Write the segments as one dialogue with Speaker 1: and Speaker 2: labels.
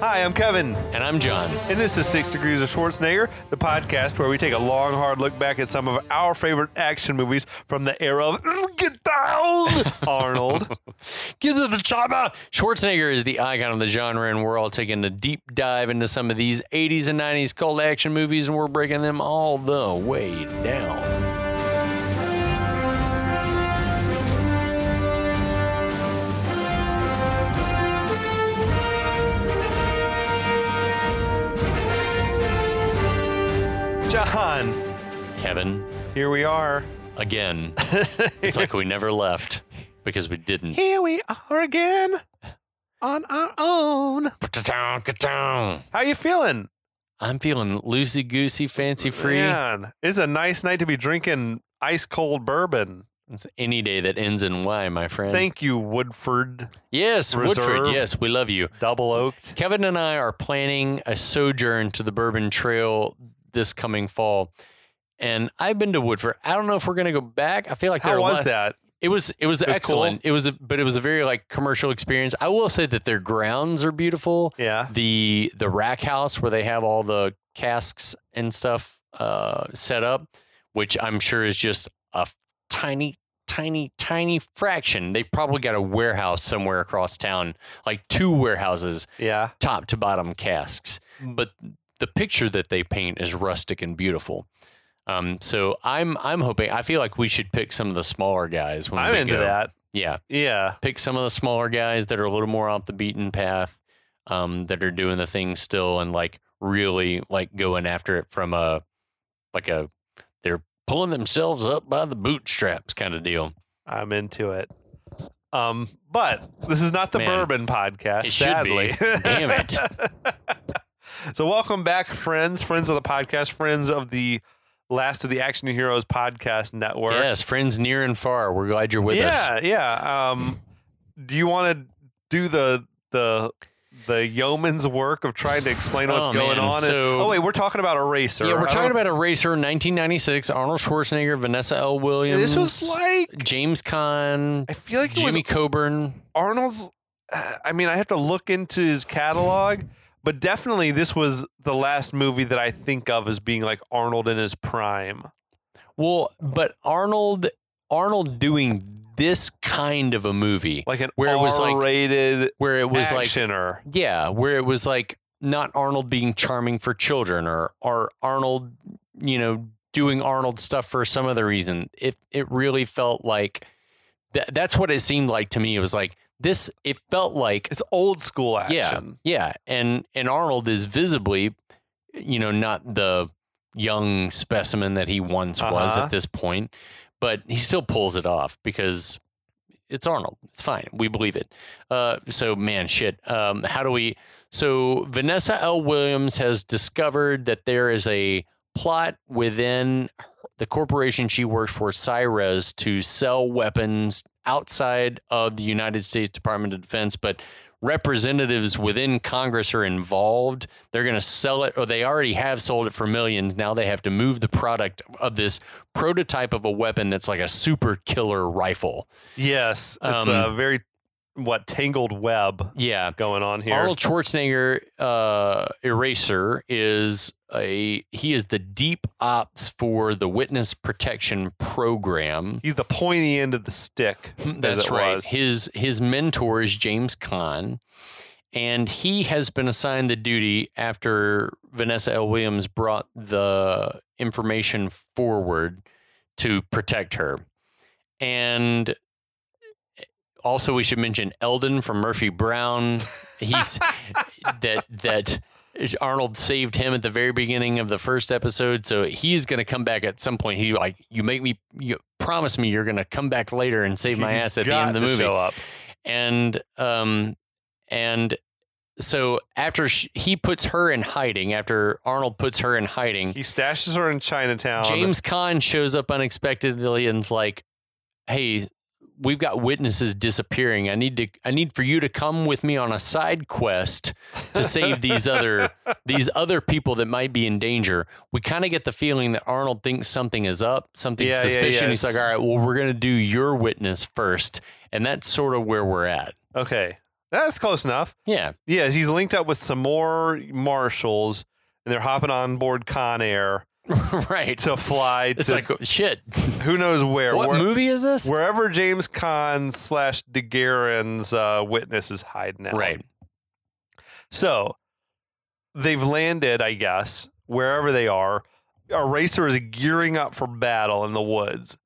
Speaker 1: Hi, I'm Kevin,
Speaker 2: And I'm John.
Speaker 1: and this is Six Degrees of Schwarzenegger, the podcast where we take a long, hard look back at some of our favorite action movies from the era of Get Down, Arnold.
Speaker 2: Give us the chopper! Schwarzenegger is the icon of the genre, and we're all taking a deep dive into some of these 80s and 90s cult action movies, and we're breaking them all the way down.
Speaker 1: John,
Speaker 2: Kevin,
Speaker 1: here we are.
Speaker 2: again. it's like we never left because we didn't.
Speaker 1: Here we are again on our own. How you feeling?
Speaker 2: I'm feeling loosey goosey, fancy free.
Speaker 1: Man, it's a nice night to be drinking ice cold bourbon.
Speaker 2: It's any day that ends in Y, my friend.
Speaker 1: Thank you, Woodford.
Speaker 2: yes,
Speaker 1: Reserve.
Speaker 2: Woodford. Yes, we love you.
Speaker 1: Double oaked.
Speaker 2: Kevin and I are planning a sojourn to the Bourbon Trail this coming fall. And I've been to Woodford. I don't know if we're going to go back. I feel like there
Speaker 1: How
Speaker 2: are a
Speaker 1: was
Speaker 2: lot-
Speaker 1: that?
Speaker 2: It was it was
Speaker 1: was
Speaker 2: excellent. It was a, but it was a very like commercial experience. I will say that their grounds are beautiful.
Speaker 1: Yeah.
Speaker 2: The the rack house where they have all the casks and stuff uh, set up, which I'm sure is just a tiny tiny tiny fraction. They've probably got a warehouse somewhere across town, like two warehouses
Speaker 1: Yeah.
Speaker 2: top to bottom casks. But the picture that they paint is rustic and beautiful. Um, so I'm I'm hoping I feel like we should pick some of the smaller guys. When
Speaker 1: I'm
Speaker 2: we
Speaker 1: into
Speaker 2: go.
Speaker 1: that.
Speaker 2: Yeah,
Speaker 1: Yeah.
Speaker 2: pick some of the smaller guys that are a little more off the beaten path, um, that are doing the thing still and like really like going after it from a like a they're pulling themselves up by the bootstraps kind of deal.
Speaker 1: I'm into it. Um, but this is not the
Speaker 2: Man,
Speaker 1: bourbon podcast,
Speaker 2: It
Speaker 1: sadly.
Speaker 2: should be. Damn it.
Speaker 1: so welcome back, friends, friends of the podcast, friends of the Last of the Action Heroes podcast network.
Speaker 2: yes, friends near and far. We're glad you're with
Speaker 1: yeah,
Speaker 2: us.
Speaker 1: yeah. Um, do you want to do the the the yeoman's work of trying to explain what's
Speaker 2: Oh,
Speaker 1: going
Speaker 2: man,
Speaker 1: on? And-
Speaker 2: so-
Speaker 1: oh wait, we're talking about Eraser. Um,
Speaker 2: Yeah,
Speaker 1: I
Speaker 2: we're talking
Speaker 1: don't-
Speaker 2: about Eraser, 1996. Arnold Schwarzenegger, Vanessa L.
Speaker 1: Yeah,
Speaker 2: Williams.
Speaker 1: This was like
Speaker 2: James Caan,
Speaker 1: I feel like it was
Speaker 2: Jimmy Coburn.
Speaker 1: Arnold's. uh, I mean, I have to look into his catalog, but definitely this was the last movie that I think of as being like Arnold in his prime.
Speaker 2: Well, but Arnold, Arnold doing this kind of a movie
Speaker 1: Like an
Speaker 2: Where it was, like,
Speaker 1: R-rated
Speaker 2: where it was
Speaker 1: actioner.
Speaker 2: like, yeah, where it was like not Arnold being charming for children or or Arnold, you know, doing Arnold stuff for some other reason. It it really felt like that. That's what it seemed like to me. It was like this. It felt like
Speaker 1: it's old school action.
Speaker 2: Yeah, yeah, and and Arnold is visibly, you know, not the young specimen that he once was
Speaker 1: Uh-huh.
Speaker 2: at this point, but he still pulls it off because it's Arnold. It's fine. We believe it. Uh, so man, shit. Um, how do we? So Vanessa L. Williams has discovered that there is a plot within the corporation she works for, Cyrez, to sell weapons outside of the United States Department of Defense, but representatives within Congress are involved. They're going to sell it, or they already have sold it for millions. Now they have to move the product of this prototype of a weapon that's like a super killer rifle.
Speaker 1: Yes, it's
Speaker 2: Um,
Speaker 1: a very what tangled web
Speaker 2: Yeah.
Speaker 1: going on here.
Speaker 2: Arnold Schwarzenegger uh, Eraser is a he is the deep ops for the witness protection program.
Speaker 1: He's the pointy end of the stick. as
Speaker 2: Hmm, That's
Speaker 1: it
Speaker 2: right.
Speaker 1: was.
Speaker 2: His his mentor is James Caan, and he has been assigned the duty after Vanessa L. Williams brought the information forward to protect her. And also, we should mention Eldon from Murphy Brown. He's that that Arnold saved him at the very beginning of the first episode, so he's going to come back at some point. He like you make me you promise me you're going to come back later and save my
Speaker 1: He's
Speaker 2: ass at the end of
Speaker 1: got
Speaker 2: the
Speaker 1: to
Speaker 2: movie.
Speaker 1: Show up.
Speaker 2: And um and so after sh he puts her in hiding, after Arnold puts her in hiding,
Speaker 1: He stashes her in Chinatown.
Speaker 2: James Caan and's shows up unexpectedly and's like, "Hey, we've got witnesses disappearing. I need to I need for you to come with me on a side quest to save these other these other people that might be in danger." We kind of get the feeling that Arnold thinks something is up, something
Speaker 1: Yeah, yeah,
Speaker 2: suspicious.
Speaker 1: yeah.
Speaker 2: He's like, "All right, well, we're going to do your witness first. And that's sort of where we're at.
Speaker 1: Okay, that's close enough.
Speaker 2: Yeah.
Speaker 1: Yeah, he's linked up with some more marshals, and they're hopping on board Con Air
Speaker 2: right.
Speaker 1: to fly
Speaker 2: it's
Speaker 1: to
Speaker 2: like oh, shit.
Speaker 1: who knows where.
Speaker 2: What
Speaker 1: where-
Speaker 2: movie is this?
Speaker 1: Wherever James Caan slash DeGuerin's uh, witness is hiding out.
Speaker 2: Right.
Speaker 1: So they've landed, I guess, wherever they are. A racer is gearing up for battle in the woods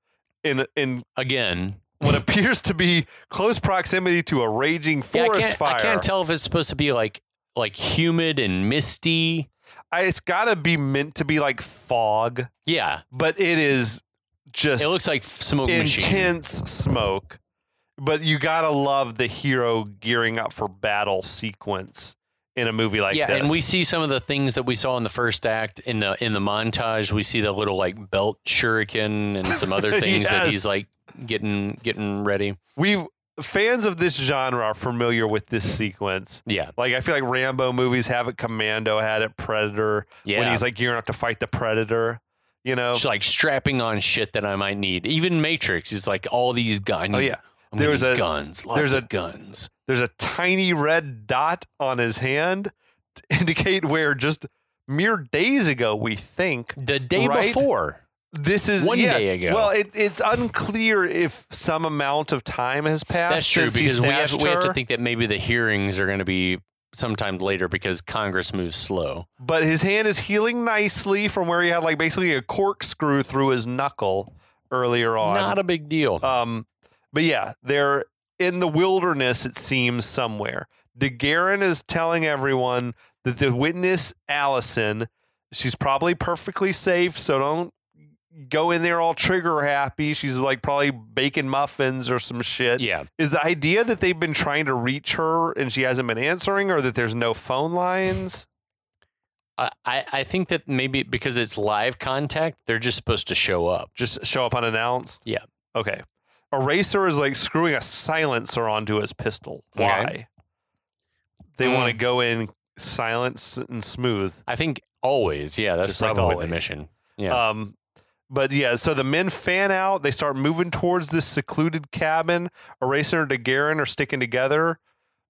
Speaker 1: in in
Speaker 2: Again,
Speaker 1: what appears to be close proximity to a raging
Speaker 2: Yeah, I
Speaker 1: forest
Speaker 2: can't-
Speaker 1: fire.
Speaker 2: I can't tell if it's supposed to be like like humid and misty.
Speaker 1: I- it's got to be meant to be like fog,
Speaker 2: Yeah,
Speaker 1: but it is just
Speaker 2: it looks like f- smoke machine.
Speaker 1: intense smoke. But you got to love the hero gearing up for battle sequence in a movie like
Speaker 2: yeah,
Speaker 1: this.
Speaker 2: and we see some of the things that we saw in the first act in the in the montage. We see the little like belt shuriken and some other things that
Speaker 1: Yes.
Speaker 2: he's like getting getting ready.
Speaker 1: we fans of this genre are familiar with this sequence.
Speaker 2: Yeah,
Speaker 1: Like I feel like Rambo movies have it. Commando had it. Predator. When
Speaker 2: yeah.
Speaker 1: he's like oh. gearing up to fight the Predator. You know.
Speaker 2: It's like strapping on shit that I might need. Even Matrix is like all these guns.
Speaker 1: Oh yeah.
Speaker 2: I'm
Speaker 1: There
Speaker 2: gonna
Speaker 1: was
Speaker 2: need
Speaker 1: a-
Speaker 2: guns. Lots
Speaker 1: there's
Speaker 2: of
Speaker 1: a-
Speaker 2: guns.
Speaker 1: There's a tiny red dot on his hand to indicate where just mere days ago we think
Speaker 2: The day
Speaker 1: Right?
Speaker 2: before,
Speaker 1: this is
Speaker 2: One
Speaker 1: yeah.
Speaker 2: day ago.
Speaker 1: Well, it, it's unclear if some amount of time has passed.
Speaker 2: That's true
Speaker 1: since he
Speaker 2: because we have,
Speaker 1: stashed
Speaker 2: we have to
Speaker 1: her,
Speaker 2: think that maybe the hearings are going to be sometime later because Congress moves slow.
Speaker 1: But his hand is healing nicely from where he had like basically a corkscrew through his knuckle earlier on.
Speaker 2: Not a big deal.
Speaker 1: Um, but yeah, they're in the wilderness, it seems, somewhere. DeGuerin is telling everyone that the witness, Allison, she's probably perfectly safe, so don't go in there all trigger happy. She's like probably baking muffins or some shit.
Speaker 2: yeah,
Speaker 1: Is the idea that they've been trying to reach her and she hasn't been answering or that there's no phone lines?
Speaker 2: I, I I think that maybe because it's live contact, they're just supposed to show up.
Speaker 1: Just show up unannounced?
Speaker 2: Yeah.
Speaker 1: Okay. Eraser is like screwing a silencer onto his pistol.
Speaker 2: Okay.
Speaker 1: Why? They
Speaker 2: Mm.
Speaker 1: want to go in silent s- and smooth.
Speaker 2: I think always. Yeah, that's
Speaker 1: Just like
Speaker 2: probably
Speaker 1: always.
Speaker 2: the mission. Yeah.
Speaker 1: Um, but yeah, so the men fan out. They start moving towards this secluded cabin. Eraser and DeGuerin are sticking together.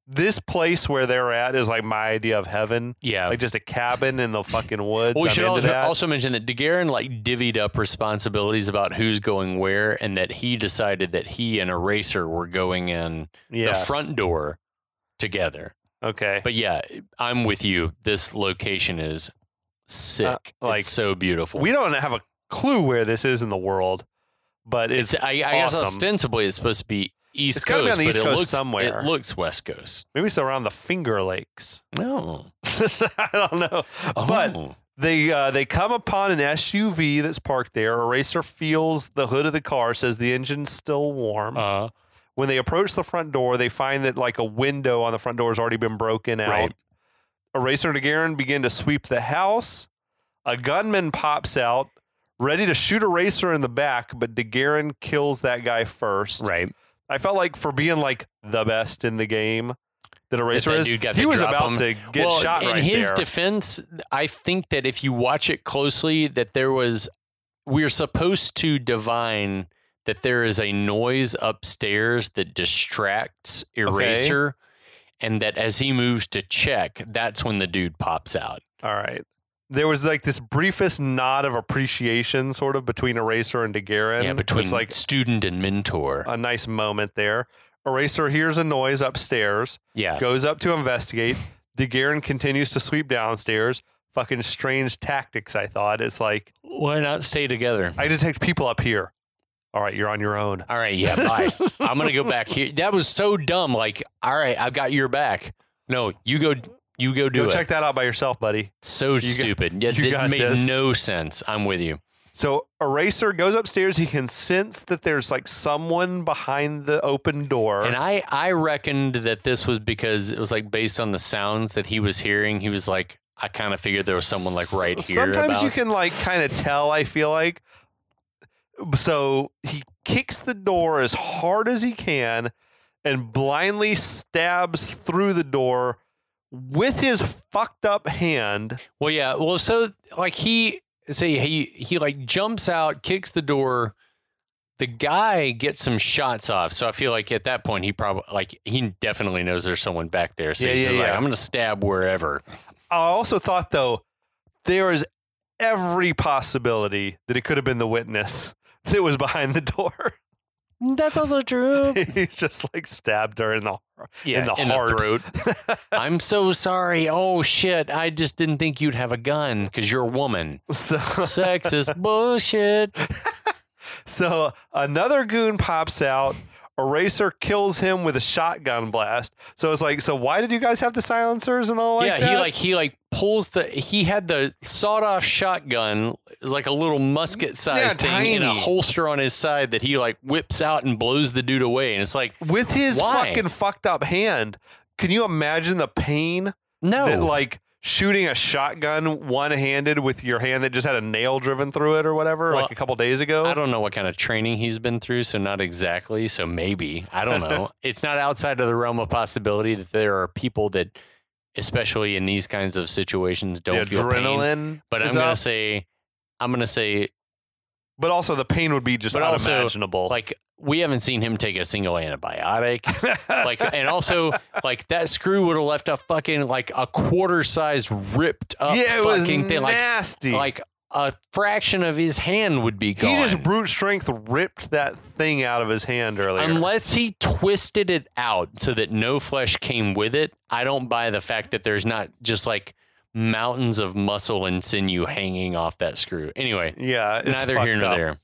Speaker 1: This place where they're at is like my idea of heaven,
Speaker 2: yeah.
Speaker 1: like just a cabin in the fucking woods.
Speaker 2: Oh. Well, we
Speaker 1: I'm
Speaker 2: should
Speaker 1: into
Speaker 2: also,
Speaker 1: that.
Speaker 2: also mention that DeGuerin like divvied up responsibilities about who's going where, and that he decided that he and Eraser were going in the
Speaker 1: Yes.
Speaker 2: front door together.
Speaker 1: Okay,
Speaker 2: But yeah, I'm with you. This location is sick.
Speaker 1: Uh, like,
Speaker 2: it's so beautiful.
Speaker 1: we don't have a clue where this is in the world, but it's,
Speaker 2: it's, I, I guess
Speaker 1: awesome.
Speaker 2: ostensibly it's supposed to be East
Speaker 1: It's gotta
Speaker 2: Coast,
Speaker 1: be on the
Speaker 2: but
Speaker 1: East
Speaker 2: it
Speaker 1: Coast
Speaker 2: looks
Speaker 1: somewhere.
Speaker 2: It looks West Coast.
Speaker 1: maybe it's around the Finger Lakes.
Speaker 2: No,
Speaker 1: I don't know,
Speaker 2: Oh.
Speaker 1: but They uh, they come upon an SUV that's parked there. Eraser feels the hood of the car, says the engine's still warm.
Speaker 2: uh,
Speaker 1: when they approach the front door, they find that like a window on the front door has already been broken out.
Speaker 2: Right.
Speaker 1: Eraser and DeGuerin begin to sweep the house. A gunman pops out, ready to shoot Eraser in the back, but DeGuerin kills that guy first.
Speaker 2: right.
Speaker 1: I felt like for being like the best in the game that Eraser
Speaker 2: that
Speaker 1: is,
Speaker 2: dude got
Speaker 1: he
Speaker 2: to
Speaker 1: was
Speaker 2: drop
Speaker 1: about
Speaker 2: him.
Speaker 1: to get
Speaker 2: well,
Speaker 1: shot
Speaker 2: in
Speaker 1: right
Speaker 2: his
Speaker 1: there.
Speaker 2: defense, I think that if you watch it closely, that there was we're supposed to divine that there is a noise upstairs that distracts Eraser, and that as he moves to check, that's when the dude pops out.
Speaker 1: All right. There was like this briefest nod of appreciation, sort of between Eraser and DeGuerin.
Speaker 2: yeah,
Speaker 1: It's
Speaker 2: between
Speaker 1: like Uh,
Speaker 2: like student and mentor.
Speaker 1: a nice moment there. Eraser hears a noise upstairs,
Speaker 2: yeah,
Speaker 1: goes up to investigate. DeGuerin continues to sweep downstairs. Fucking strange tactics, I thought. It's like,
Speaker 2: why not stay together?
Speaker 1: I detect people up here. All right, you're on your own.
Speaker 2: All right, yeah, bye. I'm gonna go back here. That was so dumb. Like, all right, I've got your back. No, you go, you go do
Speaker 1: Go
Speaker 2: it.
Speaker 1: check that out by yourself, buddy.
Speaker 2: so
Speaker 1: got-
Speaker 2: stupid. yeah,
Speaker 1: you
Speaker 2: it
Speaker 1: got
Speaker 2: made
Speaker 1: this.
Speaker 2: no sense. I'm with you.
Speaker 1: So Eraser goes upstairs. He can sense that there's like someone behind the open door.
Speaker 2: And I, I reckoned that this was because it was like based on the sounds that he was hearing. He was like, I kind of figured there was someone like right
Speaker 1: S-
Speaker 2: here.
Speaker 1: Sometimes you
Speaker 2: abouts.
Speaker 1: can like kind of tell. I feel like so he kicks the door as hard as he can and blindly stabs through the door with his fucked up hand.
Speaker 2: Well, yeah. Well, so like he say he he like jumps out, kicks the door. The guy gets some shots off, so I feel like at that point he probably like he definitely knows there's someone back there. So
Speaker 1: Yeah,
Speaker 2: he's
Speaker 1: yeah,
Speaker 2: just like,
Speaker 1: yeah.
Speaker 2: "I'm gonna stab wherever."
Speaker 1: I also thought though there is every possibility that it could have been the witness that was behind the door.
Speaker 2: That's also true.
Speaker 1: He's just like stabbed her in the
Speaker 2: Yeah,
Speaker 1: in the heart.
Speaker 2: throat. I'm so sorry. Oh shit! I just didn't think you'd have a gun because you're a woman.
Speaker 1: so
Speaker 2: Sexist bullshit.
Speaker 1: So another goon pops out. Eraser kills him with a shotgun blast. So it's like, so why did you guys have the silencers and all like
Speaker 2: yeah,
Speaker 1: that?
Speaker 2: he like he like pulls the he had the sawed off shotgun, it was like a little musket sized
Speaker 1: Yeah,
Speaker 2: thing in a
Speaker 1: tiny.
Speaker 2: holster on his side that he like whips out and blows the dude away, and it's like
Speaker 1: with his
Speaker 2: Why?
Speaker 1: fucking fucked up hand. Can you imagine the pain
Speaker 2: no,
Speaker 1: that like shooting a shotgun one handed with your hand that just had a nail driven through it or whatever,
Speaker 2: Well,
Speaker 1: like a couple days ago?
Speaker 2: I don't know what kind of training he's been through, so not exactly, so maybe I don't know. it's not outside of the realm of possibility that there are people that, especially in these kinds of situations, don't
Speaker 1: the
Speaker 2: feel pain.
Speaker 1: adrenaline.
Speaker 2: But I'm
Speaker 1: is
Speaker 2: gonna
Speaker 1: up.
Speaker 2: say, I'm gonna say
Speaker 1: but also the pain would be just
Speaker 2: But also,
Speaker 1: unimaginable.
Speaker 2: like we haven't seen him take a single antibiotic. like and also like that screw would have left a fucking like a quarter size ripped up
Speaker 1: yeah, it was
Speaker 2: fucking thing like
Speaker 1: nasty.
Speaker 2: like a fraction of his hand would be gone.
Speaker 1: He just brute strength ripped that thing out of his hand earlier.
Speaker 2: Unless he twisted it out so that no flesh came with it, I don't buy the fact that there's not just like mountains of muscle and sinew hanging off that screw. Anyway,
Speaker 1: yeah, it's
Speaker 2: neither here
Speaker 1: fucked
Speaker 2: nor
Speaker 1: up.
Speaker 2: there.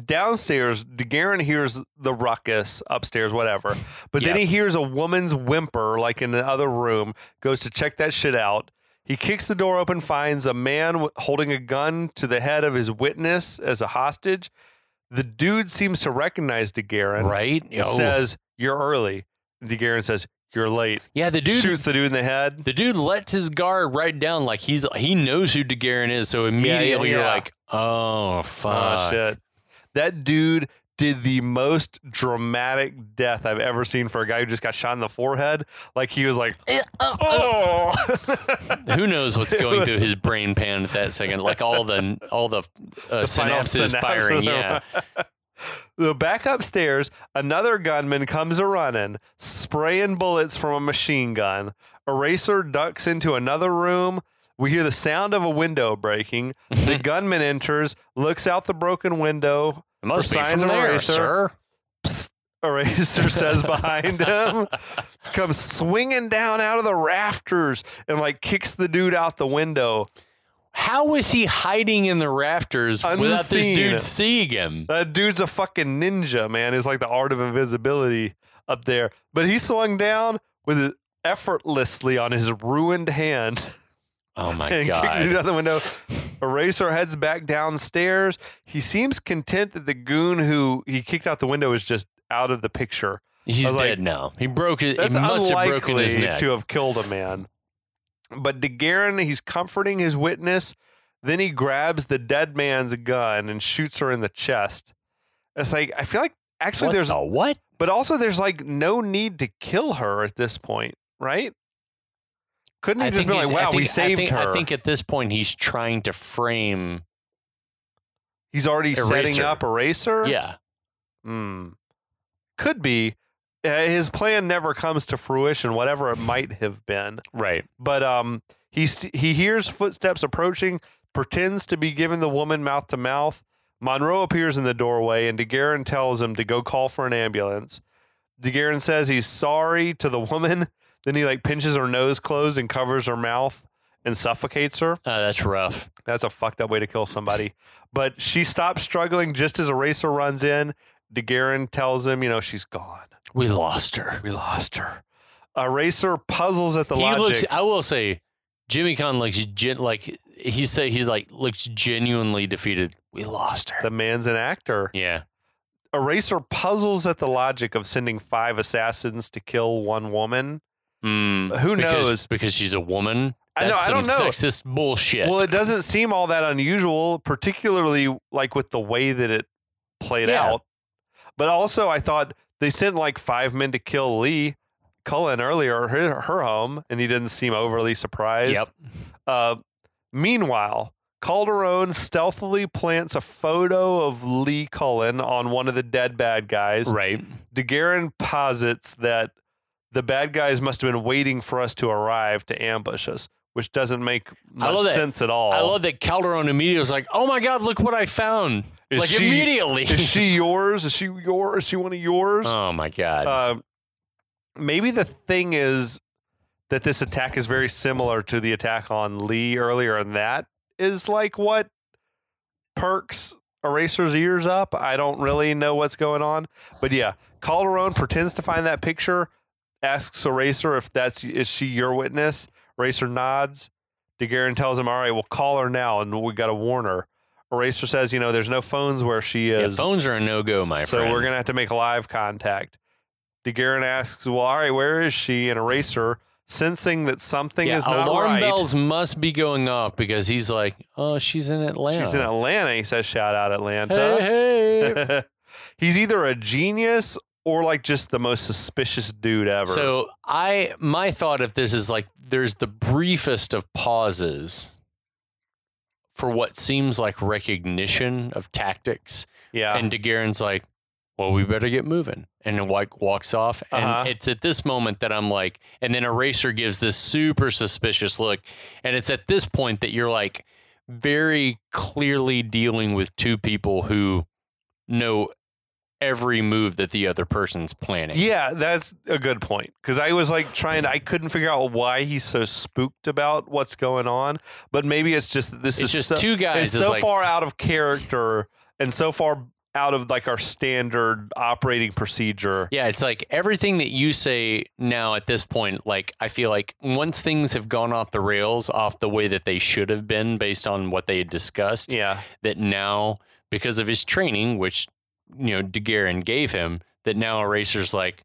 Speaker 1: Downstairs, DeGarren hears the ruckus upstairs, whatever. But then
Speaker 2: Yeah.
Speaker 1: he hears a woman's whimper, like in the other room. Goes to check that shit out. He kicks the door open, finds a man w- holding a gun to the head of his witness as a hostage. The dude seems to recognize DeGarren.
Speaker 2: Right?
Speaker 1: He
Speaker 2: Oh.
Speaker 1: Says you're early. DeGarren says you're late.
Speaker 2: yeah, the dude
Speaker 1: Shoots the dude in the head.
Speaker 2: the dude lets his guard right down like he's he knows who DeGarren is, so immediately you're
Speaker 1: yeah.
Speaker 2: like, oh fuck.
Speaker 1: Oh shit. That dude did the most dramatic death I've ever seen for a guy who just got shot in the forehead. Like he was like, oh,
Speaker 2: Eh, uh, Who knows what's
Speaker 1: It
Speaker 2: going
Speaker 1: was-
Speaker 2: through his brain pan at that second? Like all the all the, uh,
Speaker 1: final
Speaker 2: synapses,
Speaker 1: synapses
Speaker 2: firing.
Speaker 1: are-
Speaker 2: Yeah,
Speaker 1: So back upstairs, another gunman comes a running, spraying bullets from a machine gun. Eraser ducks into another room. We hear the sound of a window breaking. The gunman enters, looks out the broken window.
Speaker 2: it must
Speaker 1: For
Speaker 2: be
Speaker 1: signs
Speaker 2: from
Speaker 1: of
Speaker 2: there,
Speaker 1: eraser.
Speaker 2: sir.
Speaker 1: Eraser says behind him, comes swinging down out of the rafters and like kicks the dude out the window.
Speaker 2: How is he hiding in the rafters without this
Speaker 1: Unseen.
Speaker 2: dude seeing him?
Speaker 1: That dude's a fucking ninja, man. It's like the art of invisibility up there. But he swung down with it effortlessly on his ruined hand
Speaker 2: Oh my
Speaker 1: and kicked
Speaker 2: god!
Speaker 1: it out the window. Eraser heads back downstairs. He seems content that the goon who he kicked out the window is just out of the picture.
Speaker 2: He's
Speaker 1: I
Speaker 2: dead
Speaker 1: was like,
Speaker 2: now. He broke his. He
Speaker 1: That's
Speaker 2: must have
Speaker 1: unlikely
Speaker 2: broken his neck.
Speaker 1: to have killed a man. But DeGarren, he's comforting his witness. Then he grabs the dead man's gun and shoots her in the chest. It's like I feel like actually
Speaker 2: what
Speaker 1: there's,
Speaker 2: the what?
Speaker 1: but also there's like no need to kill her at this point, right? Couldn't he just be like,
Speaker 2: he's- I
Speaker 1: "Wow, we
Speaker 2: think- I
Speaker 1: saved
Speaker 2: think-
Speaker 1: her"?
Speaker 2: I think at this point he's trying to frame.
Speaker 1: he's already setting
Speaker 2: Eraser.
Speaker 1: up Eraser.
Speaker 2: Yeah.
Speaker 1: Hmm. Could be. Uh, His plan never comes to fruition, whatever it might have been.
Speaker 2: Right.
Speaker 1: but um, he st- he hears footsteps approaching, pretends to be giving the woman mouth to mouth. Monroe appears in the doorway, and DeGarren tells him to go call for an ambulance. DeGarren says he's sorry to the woman. Then he like pinches her nose closed and covers her mouth and suffocates her.
Speaker 2: Oh, that's rough.
Speaker 1: That's a fucked up way to kill somebody. But she stops struggling just as Eraser runs in. DeGarren tells him, you know, she's gone.
Speaker 2: We lost her.
Speaker 1: We lost her. Eraser puzzles at the
Speaker 2: he
Speaker 1: logic.
Speaker 2: looks. I will say, Jimmy Con looks gen- like he said he's like looks genuinely defeated. We lost her.
Speaker 1: The man's an actor.
Speaker 2: yeah.
Speaker 1: Eraser puzzles at the logic of sending five assassins to kill one woman.
Speaker 2: Mm,
Speaker 1: Who
Speaker 2: because,
Speaker 1: knows?
Speaker 2: Because she's a woman.
Speaker 1: I know,
Speaker 2: That's
Speaker 1: I don't
Speaker 2: some
Speaker 1: know.
Speaker 2: sexist bullshit.
Speaker 1: Well, it doesn't seem all that unusual, particularly like with the way that it played
Speaker 2: Yeah.
Speaker 1: out. But also, I thought they sent like five men to kill Lee Cullen earlier, her, her home, and he didn't seem overly surprised.
Speaker 2: Yep.
Speaker 1: Uh, meanwhile, Calderon stealthily plants a photo of Lee Cullen on one of the dead bad guys.
Speaker 2: Right.
Speaker 1: DeGuerin posits that the bad guys must have been waiting for us to arrive to ambush us, which doesn't make much
Speaker 2: love that.
Speaker 1: sense at all.
Speaker 2: I love that Calderon immediately was like, "Oh my god, look what I found!"
Speaker 1: Is
Speaker 2: like
Speaker 1: she-
Speaker 2: immediately.
Speaker 1: Is she yours? Is she your? Is she one of yours?
Speaker 2: oh my god.
Speaker 1: Uh, maybe the thing is that this attack is very similar to the attack on Lee earlier, and that is like what perks Eraser's ears up. I don't really know what's going on, but yeah, Calderon pretends to find that picture, asks Eraser if that's is she your witness. Eraser nods. DeGuerin tells him, "All right, we'll call her now, and we got to warn her." Eraser says, "You know, there's no phones where she
Speaker 2: yeah,
Speaker 1: is."
Speaker 2: phones are a no go, my
Speaker 1: so
Speaker 2: friend.
Speaker 1: we're gonna have to make live contact. DeGuerin asks, "Well, all right, where is she?" And Eraser, sensing that something
Speaker 2: yeah,
Speaker 1: is not
Speaker 2: alarm
Speaker 1: right,
Speaker 2: bells must be going off because he's like, "Oh, she's in Atlanta."
Speaker 1: she's in Atlanta. He says, "Shout out Atlanta."
Speaker 2: Hey, hey.
Speaker 1: He's either a genius or like just the most suspicious dude ever.
Speaker 2: So I my thought of this is like there's the briefest of pauses for what seems like recognition of tactics.
Speaker 1: yeah,
Speaker 2: And DeGuerin's like, Well, we better get moving. And then like walks off. And
Speaker 1: Uh-huh.
Speaker 2: it's at this moment that I'm like and then Eraser gives this super suspicious look. And it's at this point that you're like very clearly dealing with two people who know every move that the other person's planning.
Speaker 1: yeah, that's a good point because I was like trying. To, I couldn't figure out why he's so spooked about what's going on, but maybe it's just that this
Speaker 2: It's
Speaker 1: is
Speaker 2: just
Speaker 1: so,
Speaker 2: two guys.
Speaker 1: it's
Speaker 2: is
Speaker 1: so
Speaker 2: like,
Speaker 1: far out of character and so far out of like our standard operating procedure.
Speaker 2: Yeah, it's like everything that you say now at this point, like I feel like once things have gone off the rails, off the way that they should have been based on what they had discussed,
Speaker 1: Yeah.
Speaker 2: that now because of his training, which you know DeGuerin gave him, that now Eraser's like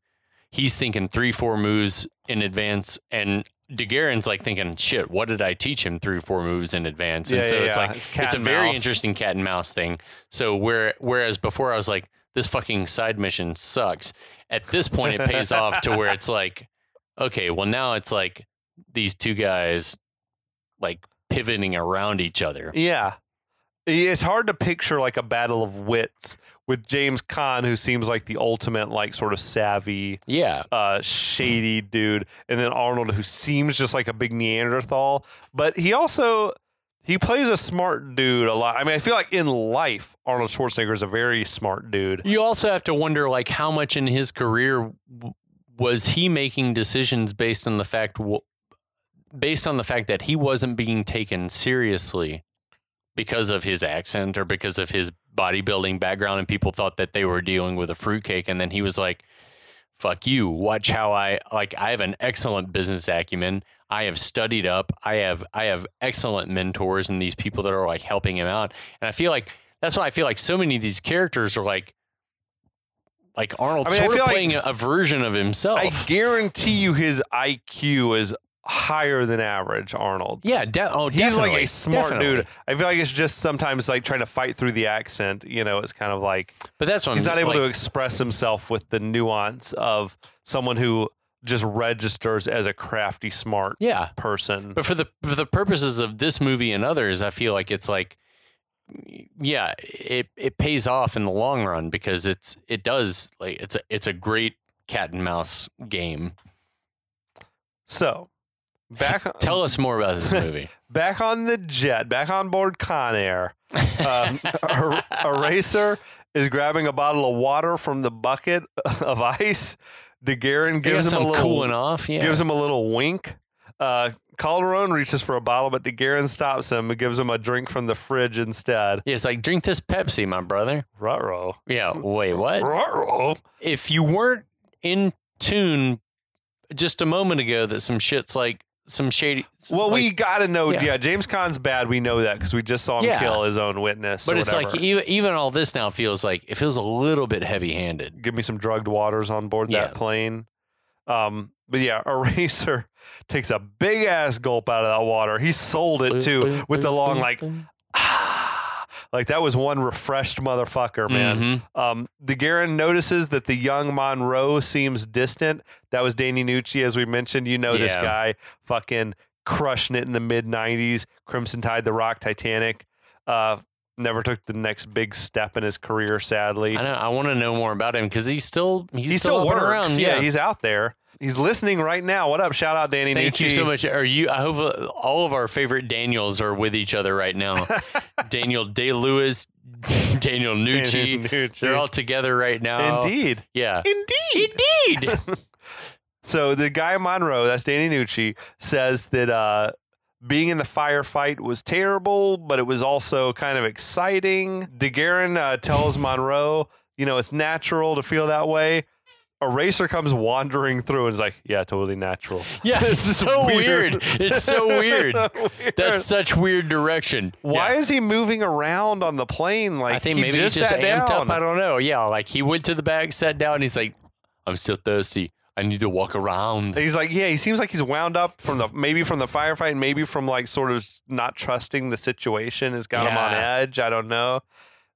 Speaker 2: he's thinking three, four moves in advance and DeGuerin's like thinking, shit, what did I teach him three, four moves in advance?
Speaker 1: Yeah,
Speaker 2: and so
Speaker 1: yeah,
Speaker 2: it's
Speaker 1: yeah.
Speaker 2: like
Speaker 1: It's
Speaker 2: it's,
Speaker 1: cat
Speaker 2: a
Speaker 1: and
Speaker 2: very
Speaker 1: mouse.
Speaker 2: interesting cat and mouse thing. So where whereas before I was like, this fucking side mission sucks. At this point it pays off to where it's like, okay, well now it's like these two guys like pivoting around each other.
Speaker 1: Yeah. It's hard to picture like a battle of wits with James Caan, who seems like the ultimate, like sort of savvy,
Speaker 2: Yeah.
Speaker 1: uh, shady dude, and then Arnold, who seems just like a big Neanderthal. But he also he plays a smart dude a lot. I mean, I feel like in life, Arnold Schwarzenegger is a very smart dude.
Speaker 2: You also have to wonder, like, how much in his career w- was he making decisions based on the fact, w- based on the fact that he wasn't being taken seriously because of his accent or because of his bodybuilding background, and people thought that they were dealing with a fruitcake, and then he was like, "Fuck you! Watch how I like. I have an excellent business acumen. I have studied up. I have I have excellent mentors and these people that are like helping him out. And I feel like." That's why I feel like so many of these characters are like like Arnold
Speaker 1: I mean, I
Speaker 2: sort
Speaker 1: feel
Speaker 2: of
Speaker 1: like-
Speaker 2: playing a- a version of himself.
Speaker 1: I guarantee you, his IQ is higher than average. Arnold.
Speaker 2: yeah, de- oh,
Speaker 1: He's like
Speaker 2: definitely,
Speaker 1: a smart
Speaker 2: definitely.
Speaker 1: dude. I feel like it's just sometimes like trying to fight through the accent. You know, it's kind of like
Speaker 2: But that's what
Speaker 1: he's
Speaker 2: I'm
Speaker 1: not able to
Speaker 2: like,
Speaker 1: express himself with the nuance of someone who just registers as a crafty, smart
Speaker 2: Yeah,
Speaker 1: person.
Speaker 2: but for the for the purposes of this movie and others, I feel like it's like, yeah, it it pays off in the long run because it's it does like it's a it's a great cat and mouse game.
Speaker 1: So back
Speaker 2: Tell us more about this movie.
Speaker 1: back on the jet, back on board Conair. Um, Er- Eraser is grabbing a bottle of water from the bucket of ice. DeGuerin
Speaker 2: They got
Speaker 1: gives him
Speaker 2: some
Speaker 1: a little
Speaker 2: cooling off. Yeah,
Speaker 1: gives him a little wink. Uh, Calderon reaches for a bottle, but DeGuerin stops him and gives him a drink from the fridge instead.
Speaker 2: yeah, it's like drink this Pepsi, my brother.
Speaker 1: Ruh-roh.
Speaker 2: Yeah, wait, what?
Speaker 1: Ruh-roh.
Speaker 2: if you weren't in tune just a moment ago that some shit's like some shady.
Speaker 1: Well, we
Speaker 2: like-
Speaker 1: got to know. Yeah.
Speaker 2: yeah.
Speaker 1: James Conn's bad. We know that because we just saw him
Speaker 2: Yeah.
Speaker 1: kill his own witness.
Speaker 2: But
Speaker 1: or
Speaker 2: it's like
Speaker 1: whatever.
Speaker 2: even, even all this now feels like it feels a little bit heavy handed.
Speaker 1: give me some drugged waters on board
Speaker 2: Yeah.
Speaker 1: that plane. Um, but yeah, Eraser takes a big ass gulp out of that water. He sold it too with the long like, ah, like that was one refreshed motherfucker, man.
Speaker 2: Mm-hmm.
Speaker 1: Um, the Garen notices that the young Monroe seems distant. That was Danny Nucci, as we mentioned. You know this
Speaker 2: Yeah.
Speaker 1: guy, fucking crushing it in the mid '90s. Crimson Tide, The Rock, Titanic. Uh, never took the next big step in his career, sadly.
Speaker 2: I know. I want to know more about him because he's still he's
Speaker 1: he
Speaker 2: still,
Speaker 1: still
Speaker 2: up and
Speaker 1: works.
Speaker 2: around.
Speaker 1: yeah. he's out there. He's listening right now. What up? Shout out Danny
Speaker 2: Thank
Speaker 1: Nucci.
Speaker 2: you so much. Are you? I hope uh, all of our favorite Daniels are with each other right now. Daniel Day Lewis, Daniel
Speaker 1: Danny
Speaker 2: Nucci.
Speaker 1: Nucci.
Speaker 2: They're all together right now.
Speaker 1: Indeed.
Speaker 2: Yeah.
Speaker 1: Indeed.
Speaker 2: Indeed.
Speaker 1: So the guy Monroe, that's Danny Nucci, says that uh, being in the firefight was terrible, but it was also kind of exciting. DeGuerin uh, tells Monroe, you know, it's natural to feel that way. Eraser comes wandering through and is like, yeah, totally natural.
Speaker 2: yeah. It's so weird.
Speaker 1: weird.
Speaker 2: It's so weird.
Speaker 1: Weird.
Speaker 2: That's such weird direction.
Speaker 1: Why
Speaker 2: Yeah.
Speaker 1: is he moving around on the plane? Like
Speaker 2: I think
Speaker 1: he
Speaker 2: maybe
Speaker 1: just
Speaker 2: he just
Speaker 1: sat
Speaker 2: amped
Speaker 1: down.
Speaker 2: up. I don't know. Yeah, like he went to the bag, sat down. He's like, I'm still thirsty. I need to walk around.
Speaker 1: He's like, yeah, he seems like he's wound up from the maybe from the firefight, maybe from like sort of not trusting the situation has got him on
Speaker 2: Yeah.
Speaker 1: edge. I don't know.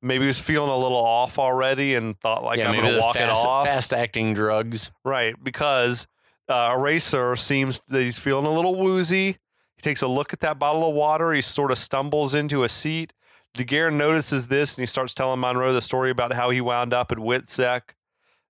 Speaker 1: Maybe he was feeling a little off already and thought like
Speaker 2: yeah,
Speaker 1: I'm
Speaker 2: maybe
Speaker 1: gonna
Speaker 2: the
Speaker 1: walk
Speaker 2: fast,
Speaker 1: it off.
Speaker 2: fast acting drugs.
Speaker 1: Right, because uh, Eraser seems that he's feeling a little woozy. He takes a look at that bottle of water. He sort of stumbles into a seat. DeGuerin notices this and he starts telling Monroe the story about how he wound up at Witsec.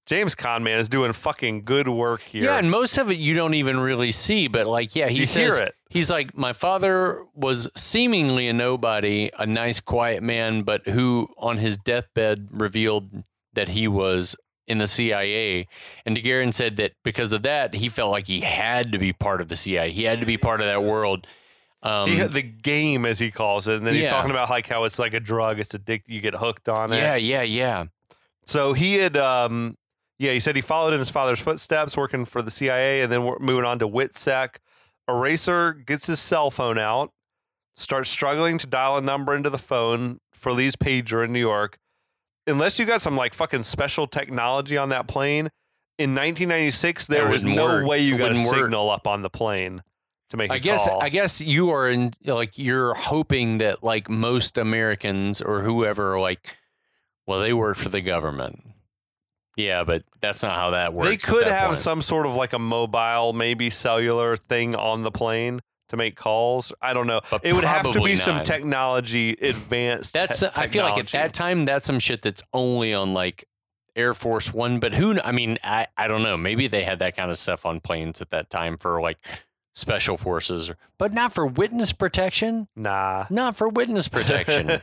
Speaker 1: James Conman is doing fucking good work here.
Speaker 2: Yeah, and most of it you don't even really see, but like, yeah, he
Speaker 1: You hear
Speaker 2: says
Speaker 1: it.
Speaker 2: he's like, my father was seemingly a nobody, a nice, quiet man, but who on his deathbed revealed that he was in the CIA. And DeGuerin said that because of that, he felt like he had to be part of the CIA. He had to be part of that world. Um,
Speaker 1: He- the game, as he calls it, and then he's
Speaker 2: Yeah.
Speaker 1: talking about like how it's like a drug. It's addict. You get hooked on it.
Speaker 2: yeah, yeah, yeah.
Speaker 1: So he had, um, yeah, he said he followed in his father's footsteps, working for the CIA, and then we're moving on to Witsec. Eraser gets his cell phone out, starts struggling to dial a number into the phone for Lee's pager in New York. Unless you got some like fucking special technology on that plane, in 1996 there was
Speaker 2: wouldn't
Speaker 1: no
Speaker 2: work.
Speaker 1: way you
Speaker 2: It
Speaker 1: got a
Speaker 2: wouldn't work.
Speaker 1: signal up on the plane to make. a
Speaker 2: I guess
Speaker 1: call.
Speaker 2: I guess you are in like you're hoping that like most Americans or whoever like well they work for the government. Yeah, but that's not how that works.
Speaker 1: They
Speaker 2: at
Speaker 1: could
Speaker 2: that
Speaker 1: have
Speaker 2: point.
Speaker 1: some sort of like a mobile, maybe cellular thing on the plane to make calls. I don't know.
Speaker 2: But
Speaker 1: it would have to be
Speaker 2: probably
Speaker 1: some
Speaker 2: not.
Speaker 1: technology advanced.
Speaker 2: That's
Speaker 1: te-
Speaker 2: I feel like at that
Speaker 1: technology.
Speaker 2: time that's some shit that's only on like Air Force 1, but who kn- I mean I I don't know. Maybe they had that kind of stuff on planes at that time for like special forces, or- but not for witness protection.
Speaker 1: Nah.
Speaker 2: Not for witness protection.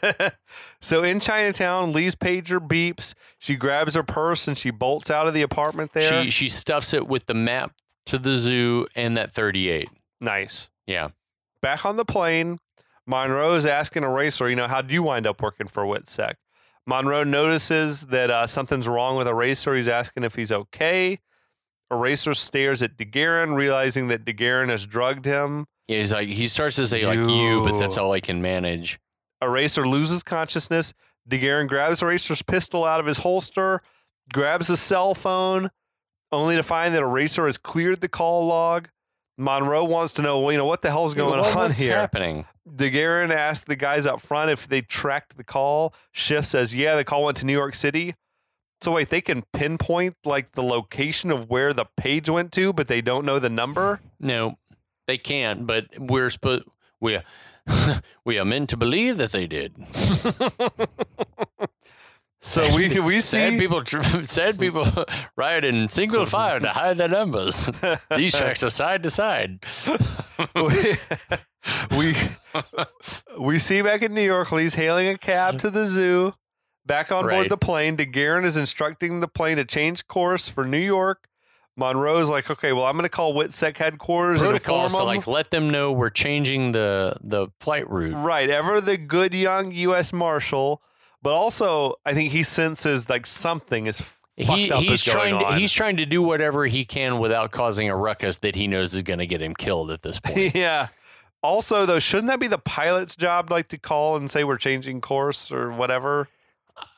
Speaker 1: so in Chinatown, Lee's pager beeps. She grabs her purse and she bolts out of the apartment there.
Speaker 2: she she stuffs it with the map to the zoo and that 38.
Speaker 1: nice.
Speaker 2: Yeah.
Speaker 1: Back on the plane, Monroe's asking Eraser, you know, how do you wind up working for WITSEC? Monroe notices that uh, something's wrong with Eraser. He's asking if he's okay. Eraser stares at DeGuerin, realizing that DeGuerin has drugged him.
Speaker 2: Yeah, he's like he starts to say like you, but that's
Speaker 1: You.
Speaker 2: all I can manage.
Speaker 1: Eraser loses consciousness. DeGuerin grabs Eraser's pistol out of his holster, grabs his cell phone, only to find that Eraser has cleared the call log. Monroe wants to know, well, you know, what the hell's going
Speaker 2: What-
Speaker 1: on
Speaker 2: what's
Speaker 1: here?
Speaker 2: happening?
Speaker 1: DeGuerin asked the guys up front if they tracked the call. Schiff says, yeah, the call went to New York City. So wait, they can pinpoint like the location of where the page went to, but they don't know the number?
Speaker 2: No, they can't. But we're supposed we we are meant to believe that they did.
Speaker 1: So we we see
Speaker 2: sad people, tr- sad people riot in single file to hide their numbers. These tracks are side to side.
Speaker 1: we, we we see back in New York, Lee's hailing a cab to the zoo. Back on board
Speaker 2: Right.
Speaker 1: the plane, DeGuerin is instructing the plane to change course for New York. Monroe is like, okay, well, I'm going to call WITSEC headquarters and inform
Speaker 2: Protocols to
Speaker 1: them.
Speaker 2: like let them know we're changing the the flight route.
Speaker 1: right, ever the good young U.S. Marshal, but also I think he senses like something is
Speaker 2: he,
Speaker 1: fucked up
Speaker 2: he's
Speaker 1: is going
Speaker 2: trying to,
Speaker 1: on.
Speaker 2: he's trying to do whatever he can without causing a ruckus that he knows is going to get him killed at this point.
Speaker 1: yeah. Also, though, shouldn't that be the pilot's job, like to call and say we're changing course or whatever?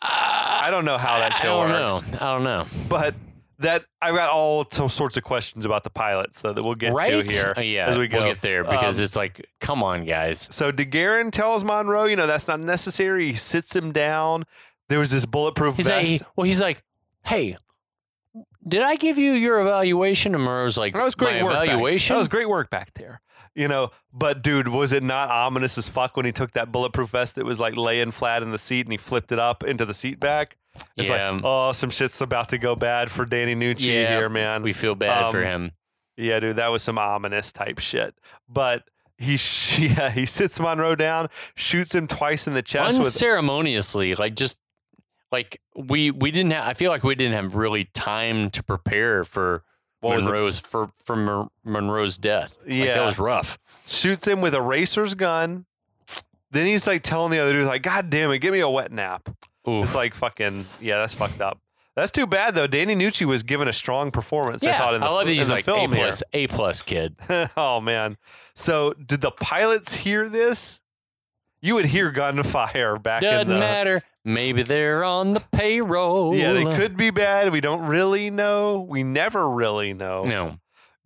Speaker 2: Uh,
Speaker 1: I don't know how that
Speaker 2: I
Speaker 1: show
Speaker 2: don't
Speaker 1: works,
Speaker 2: know. I don't know.
Speaker 1: but that I've got all t- sorts of questions about the pilots, though that we'll get
Speaker 2: right
Speaker 1: to here
Speaker 2: Uh, yeah,
Speaker 1: as we go.
Speaker 2: will get there because
Speaker 1: Um,
Speaker 2: it's like, come on, guys.
Speaker 1: So DeGuerin tells Monroe, you know, that's not necessary. He sits him down. There was this bulletproof
Speaker 2: He's like,
Speaker 1: vest.
Speaker 2: he- well, he's like, hey, did I give you your evaluation? And Murrow's like,
Speaker 1: that was great
Speaker 2: my
Speaker 1: work. back-
Speaker 2: evaluation.
Speaker 1: That was great work back there. You know, but dude, was it not ominous as fuck when he took that bulletproof vest that was like laying flat in the seat and he flipped it up into the seat back? It's
Speaker 2: Yeah.
Speaker 1: like, oh, some shit's about to go bad for Danny Nucci
Speaker 2: Yeah.
Speaker 1: here, man.
Speaker 2: we feel bad for
Speaker 1: um,
Speaker 2: him.
Speaker 1: Yeah, dude, that was some ominous type shit. But he, yeah, he sits Monroe down, shoots him twice in the chest with
Speaker 2: Unceremoniously, like just like we we didn't have. I feel like we didn't have really time to prepare for
Speaker 1: What was it?
Speaker 2: Monroe's for for Mon- Monroe's death. Like,
Speaker 1: Yeah.
Speaker 2: that was rough.
Speaker 1: shoots him with a racer's gun. Then he's like telling the other dude, like, God damn it, give me a wet nap.
Speaker 2: Ooh.
Speaker 1: It's like fucking yeah, that's fucked up. That's too bad though. Danny Nucci was given a strong performance. I thought in the,
Speaker 2: love that
Speaker 1: in
Speaker 2: he's
Speaker 1: the
Speaker 2: like a
Speaker 1: film
Speaker 2: plus, a plus kid.
Speaker 1: here. oh man. So did the pilots hear this? You would hear gunfire back in
Speaker 2: Doesn't
Speaker 1: the
Speaker 2: matter. Maybe they're on the payroll.
Speaker 1: Yeah, they could be bad. We don't really know. We never really know.
Speaker 2: No,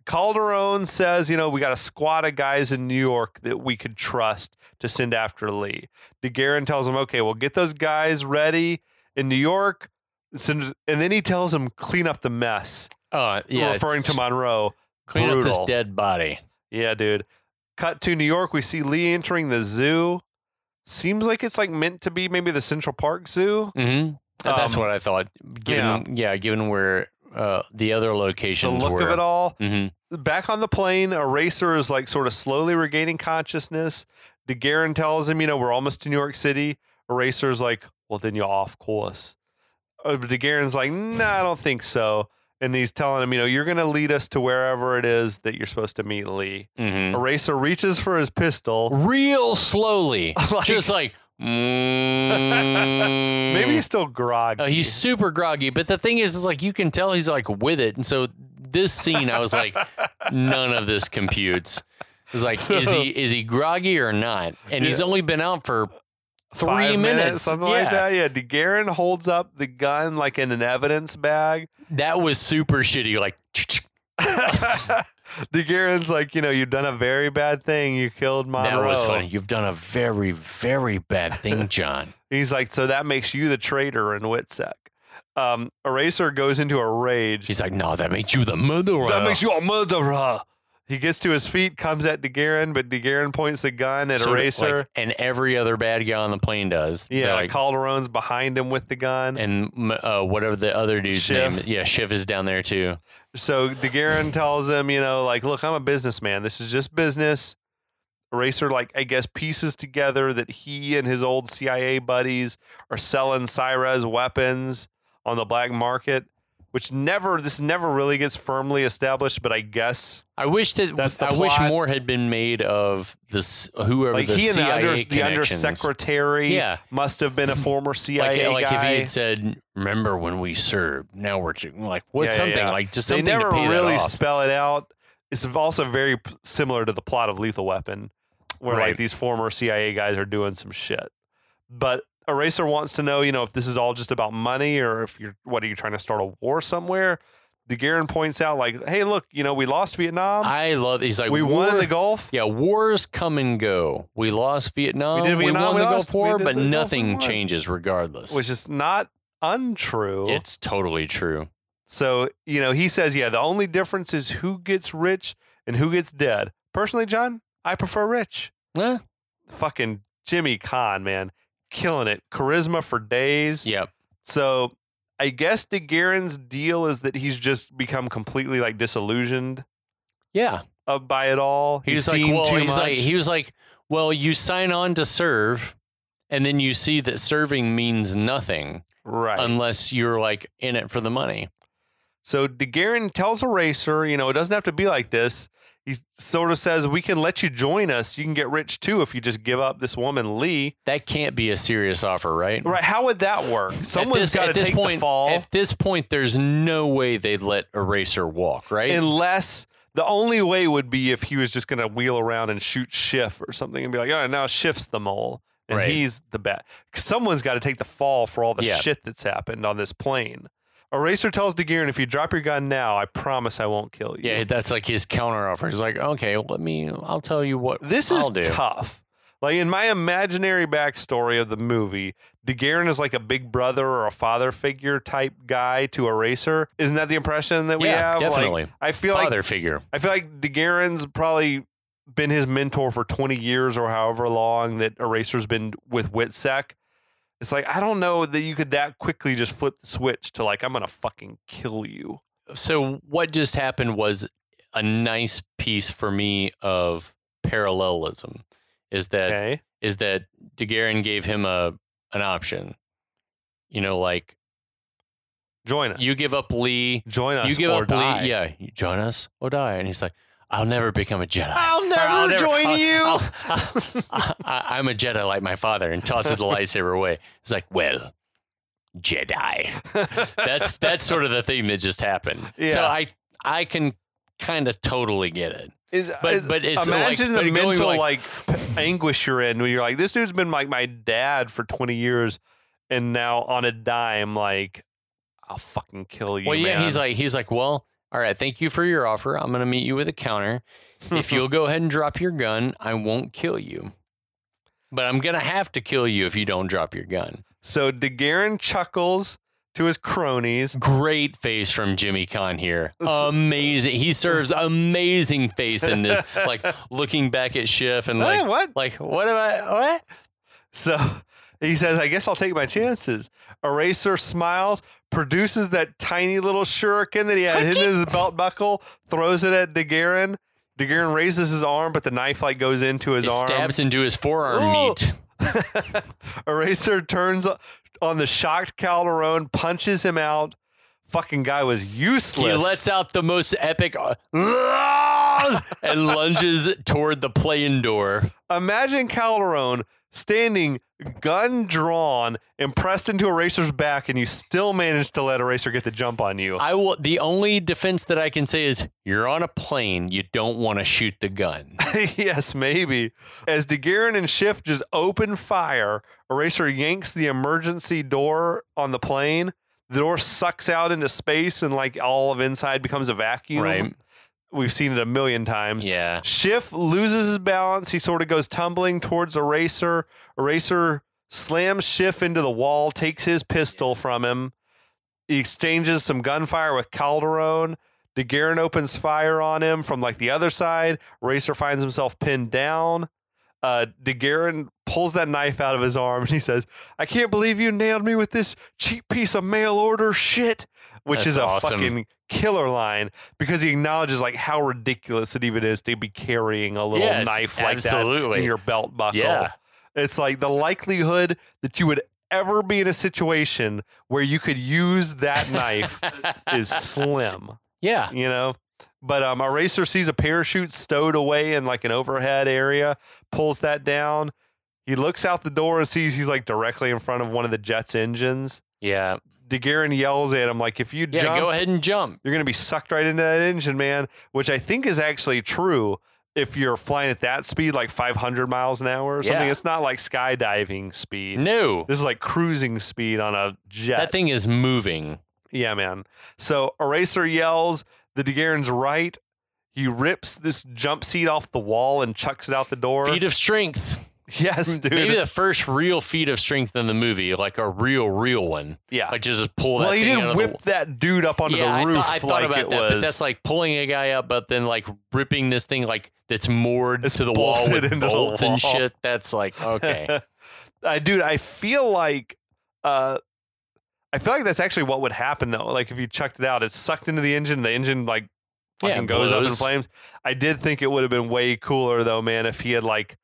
Speaker 1: Calderon says, you know, we got a squad of guys in New York that we could trust to send after Lee. DeGuerin tells him, okay, well, get those guys ready in New York. Send, and then he tells him, clean up the mess,
Speaker 2: uh, yeah,
Speaker 1: referring
Speaker 2: it's-
Speaker 1: to Monroe.
Speaker 2: clean up this
Speaker 1: brutal.
Speaker 2: dead body.
Speaker 1: Yeah, dude. Cut to New York. We see Lee entering the zoo. Seems like it's like meant to be maybe the Central Park Zoo.
Speaker 2: hmm That's
Speaker 1: Um,
Speaker 2: what I thought. Given, yeah. given where uh, the other
Speaker 1: The
Speaker 2: locations
Speaker 1: look
Speaker 2: were.
Speaker 1: of it all.
Speaker 2: hmm
Speaker 1: back on the plane, Eraser is like sort of slowly regaining consciousness. DeGuerin tells him, you know, we're almost to New York City. Eraser's like, well, then you're off course. Uh, but DeGuerin's like, no, nah, I don't think so. And he's telling him, you know, you're going to lead us to wherever it is that you're supposed to meet Lee.
Speaker 2: hmm
Speaker 1: Eraser reaches for his pistol.
Speaker 2: Real slowly,
Speaker 1: Like-
Speaker 2: just like mm.
Speaker 1: Maybe he's still groggy.
Speaker 2: Oh, he's super groggy, but the thing is, is like you can tell he's like with it, and so this scene, I was like, none of this computes. It's like, is he is he groggy or not? And he's only been out for three
Speaker 1: Five
Speaker 2: minutes,
Speaker 1: something
Speaker 2: yeah,
Speaker 1: like that. Yeah, DeGuerin holds up the gun like in an evidence bag.
Speaker 2: That was super shitty. Like,
Speaker 1: DeGuerin's like, you know, you've done a very bad thing. You killed Monroe.
Speaker 2: That was funny. You've done a very, very bad thing, John.
Speaker 1: He's like, so that makes you the traitor in Witsec. Um, Eraser goes into a rage.
Speaker 2: He's like, no, that makes you the murderer.
Speaker 1: that makes you a murderer. He gets to his feet, comes at DeGuerin, but DeGuerin points the gun at
Speaker 2: So, like,
Speaker 1: Eraser.
Speaker 2: and every other bad guy on the plane does. They're
Speaker 1: yeah,
Speaker 2: like-
Speaker 1: Calderon's behind him with the gun.
Speaker 2: and m- uh, whatever the other dude's
Speaker 1: Schiff.
Speaker 2: name. is- Yeah, Shiv is down there too.
Speaker 1: So DeGuerin tells him, you know, like, look, I'm a businessman. This is just business. Eraser, like, I guess, pieces together that he and his old CIA buddies are selling Cyrez weapons on the black market, which never, this never really gets firmly established, but I guess.
Speaker 2: I wish that
Speaker 1: That's the
Speaker 2: I wish
Speaker 1: plot.
Speaker 2: more had been made of this whoever
Speaker 1: Like,
Speaker 2: the
Speaker 1: he and the,
Speaker 2: CIA
Speaker 1: under, the
Speaker 2: connections.
Speaker 1: undersecretary
Speaker 2: Yeah.
Speaker 1: must have been a former
Speaker 2: Like,
Speaker 1: CIA
Speaker 2: like
Speaker 1: guy.
Speaker 2: if he had said, "Remember when we served? Now we're ju-" like what
Speaker 1: Yeah, yeah,
Speaker 2: something
Speaker 1: yeah.
Speaker 2: like just
Speaker 1: they
Speaker 2: something
Speaker 1: never
Speaker 2: to pay that
Speaker 1: really
Speaker 2: off.
Speaker 1: spell it out. It's also very p- similar to the plot of Lethal Weapon, where like
Speaker 2: Right.
Speaker 1: these former CIA guys are doing some shit. But Eraser wants to know, you know, if this is all just about money or if you're, what are you trying to start a war somewhere? DeGuerin points out, like, hey, look, you know, we lost Vietnam,
Speaker 2: I love. He's like
Speaker 1: we won in
Speaker 2: "War-
Speaker 1: the Gulf.
Speaker 2: Yeah, wars come and go. We lost Vietnam.
Speaker 1: We did Vietnam,
Speaker 2: won
Speaker 1: we
Speaker 2: the
Speaker 1: lost-
Speaker 2: Gulf
Speaker 1: we
Speaker 2: War,
Speaker 1: did
Speaker 2: but
Speaker 1: the Gulf, we
Speaker 2: nothing
Speaker 1: won.
Speaker 2: changes regardless.
Speaker 1: which is not untrue.
Speaker 2: it's totally true.
Speaker 1: so, you know, he says, yeah, the only difference is who gets rich and who gets dead. Personally, John, I prefer rich.
Speaker 2: Eh,
Speaker 1: fucking Jimmy Kahn, man, killing it. Charisma for days.
Speaker 2: yep.
Speaker 1: So I guess DeGuerin's deal is that he's just become completely like disillusioned
Speaker 2: Yeah.
Speaker 1: uh, by it all.
Speaker 2: He's, like,
Speaker 1: seen
Speaker 2: well,
Speaker 1: too
Speaker 2: he's
Speaker 1: much.
Speaker 2: like, he was like, well, you sign on to serve, and then you see that serving means nothing
Speaker 1: right.
Speaker 2: unless you're like in it for the money.
Speaker 1: so DeGuerin tells Eraser, you know, it doesn't have to be like this. he sort of says, "We can let you join us. You can get rich too if you just give up this woman, Lee."
Speaker 2: That can't be a serious offer, right?
Speaker 1: Right? How would that work? Someone's got to take
Speaker 2: point,
Speaker 1: the fall,
Speaker 2: Mm. At this point, there's no way they'd let Eraser walk, right?
Speaker 1: unless the only way would be if he was just going to wheel around and shoot Schiff or something, and be like, "All right, now Schiff's the mole." And
Speaker 2: Right.
Speaker 1: he's the bat. Someone's got to take the fall for all the
Speaker 2: Yeah.
Speaker 1: shit that's happened on this plane. Eraser tells DeGuerin, if you drop your gun now, I promise I won't kill you.
Speaker 2: yeah, that's like his counter offer. He's like, okay, let me, I'll tell you what
Speaker 1: This
Speaker 2: I'll
Speaker 1: is
Speaker 2: do.
Speaker 1: tough. Like in my imaginary backstory of the movie, DeGuerin is like a big brother or a father figure type guy to Eraser. Isn't that the impression that we
Speaker 2: Yeah,
Speaker 1: have? Like,
Speaker 2: definitely.
Speaker 1: I feel
Speaker 2: Father
Speaker 1: like
Speaker 2: figure.
Speaker 1: I feel like DeGuerin's probably been his mentor for 20 years or however long that Eraser's been with Whitsec. It's like I don't know that you could that quickly just flip the switch to like I'm gonna fucking kill you.
Speaker 2: so what just happened was a nice piece for me of parallelism is that is
Speaker 1: Okay.
Speaker 2: that DeGuerin gave him a an option. You know, like
Speaker 1: Join us.
Speaker 2: you give up Lee,
Speaker 1: join us.
Speaker 2: you give
Speaker 1: or
Speaker 2: up
Speaker 1: die.
Speaker 2: Lee, yeah, you join us or die. And he's like, I'll never become a Jedi.
Speaker 1: I'll
Speaker 2: Or
Speaker 1: never, join
Speaker 2: I'll-
Speaker 1: you.
Speaker 2: I'll- I- I- I'm a Jedi like my father, and tosses the lightsaber away. It's like, well, Jedi. that's that's sort of the thing that just happened. So
Speaker 1: Yeah.
Speaker 2: I I can kind of totally get it.
Speaker 1: Is-
Speaker 2: But
Speaker 1: is-
Speaker 2: but it's
Speaker 1: imagine
Speaker 2: like,
Speaker 1: the
Speaker 2: but going
Speaker 1: mental
Speaker 2: like,
Speaker 1: like, p- anguish you're in when you're like, this dude's been like my dad for 20 years, and now on a dime, like, I'll fucking kill you.
Speaker 2: well yeah
Speaker 1: man.
Speaker 2: he's like he's like well all right thank you for your offer I'm gonna meet you with a counter if you'll go ahead and drop your gun I won't kill you but I'm gonna have to kill you if you don't drop your gun.
Speaker 1: so DeGuerin chuckles to his cronies.
Speaker 2: Great face from Jimmy Con here.
Speaker 1: S-
Speaker 2: Amazing. He serves amazing face in this, like looking back at Schiff and
Speaker 1: Hey,
Speaker 2: like,
Speaker 1: what?
Speaker 2: like Eh, what am I? What?
Speaker 1: So he says, I guess I'll take my chances. Eraser smiles, produces that tiny little shuriken that he had hidden in his belt buckle, throws it at DeGuerin. DeGuerin raises his arm, but the knife like goes into his
Speaker 2: He
Speaker 1: arm. Oh.
Speaker 2: stabs into his forearm
Speaker 1: Ooh.
Speaker 2: meat.
Speaker 1: Eraser turns on the shocked Calderon, punches him out. Fucking guy was
Speaker 2: He
Speaker 1: useless.
Speaker 2: lets out the most epic uh, and lunges toward the plane door.
Speaker 1: Imagine Calderon standing, gun drawn, and pressed into Eraser's back, and you still manage to let Eraser get the jump on you.
Speaker 2: I will. The only defense that I can say is you're on a plane. You don't want to shoot the gun.
Speaker 1: yes, maybe. As DeGuerin and Schiff just open fire, Eraser yanks the emergency door on the plane. The door sucks out into space, and like all of inside becomes a vacuum.
Speaker 2: Right?
Speaker 1: We've seen it a million times.
Speaker 2: Yeah.
Speaker 1: Schiff loses his balance. He sort of goes tumbling towards Eraser. Eraser slams Schiff into the wall, takes his pistol from him. He exchanges some gunfire with Calderon. DeGuerin opens fire on him from like the other side. Eraser finds himself pinned down. Uh, DeGuerin pulls that knife out of his arm and he says, I can't believe you nailed me with this cheap piece of mail order shit, which
Speaker 2: That's
Speaker 1: is a
Speaker 2: awesome.
Speaker 1: fucking killer line because he acknowledges like how ridiculous it even is to be carrying a little
Speaker 2: Yes,
Speaker 1: knife like that
Speaker 2: absolutely.
Speaker 1: in your belt buckle.
Speaker 2: Yeah.
Speaker 1: It's like the likelihood that you would ever be in a situation where you could use that knife is slim,
Speaker 2: yeah.
Speaker 1: you know? But um, Eraser sees a parachute stowed away in like an overhead area, pulls that down. He looks out the door and sees he's like directly in front of one of the jet's engines.
Speaker 2: Yeah.
Speaker 1: DeGuerin yells at him like, "If you
Speaker 2: Yeah.
Speaker 1: jump,
Speaker 2: Go ahead and jump.
Speaker 1: you're going to be sucked right into that engine, man, which I think is actually true if you're flying at that speed, like 500 miles an hour or something.
Speaker 2: Yeah.
Speaker 1: It's not like skydiving speed.
Speaker 2: No.
Speaker 1: This is like cruising speed on a jet.
Speaker 2: That thing is moving.
Speaker 1: yeah, man. So Eraser yells, the DeGuerin's right. He rips this jump seat off the wall and chucks it out the door.
Speaker 2: Feet of strength.
Speaker 1: yes, dude.
Speaker 2: Maybe the first real feat of strength in the movie, like a real, real one.
Speaker 1: yeah.
Speaker 2: Like just pull that
Speaker 1: Well, he
Speaker 2: thing out
Speaker 1: did
Speaker 2: of the
Speaker 1: whip that dude up onto
Speaker 2: yeah,
Speaker 1: the roof
Speaker 2: I thought, I thought
Speaker 1: like
Speaker 2: about
Speaker 1: it
Speaker 2: that,
Speaker 1: was.
Speaker 2: but that's like pulling a guy up, but then like ripping this thing like that's moored
Speaker 1: It's
Speaker 2: to the wall
Speaker 1: bolted
Speaker 2: with
Speaker 1: into the
Speaker 2: bolts and
Speaker 1: wall.
Speaker 2: shit. That's like okay,
Speaker 1: I dude, I feel like uh I feel like that's actually what would happen though. Like if you chucked it out, it's sucked into the engine, the engine like
Speaker 2: Yeah,
Speaker 1: fucking goes up in
Speaker 2: blows.
Speaker 1: flames. I did think it would have been way cooler though, man, if he had like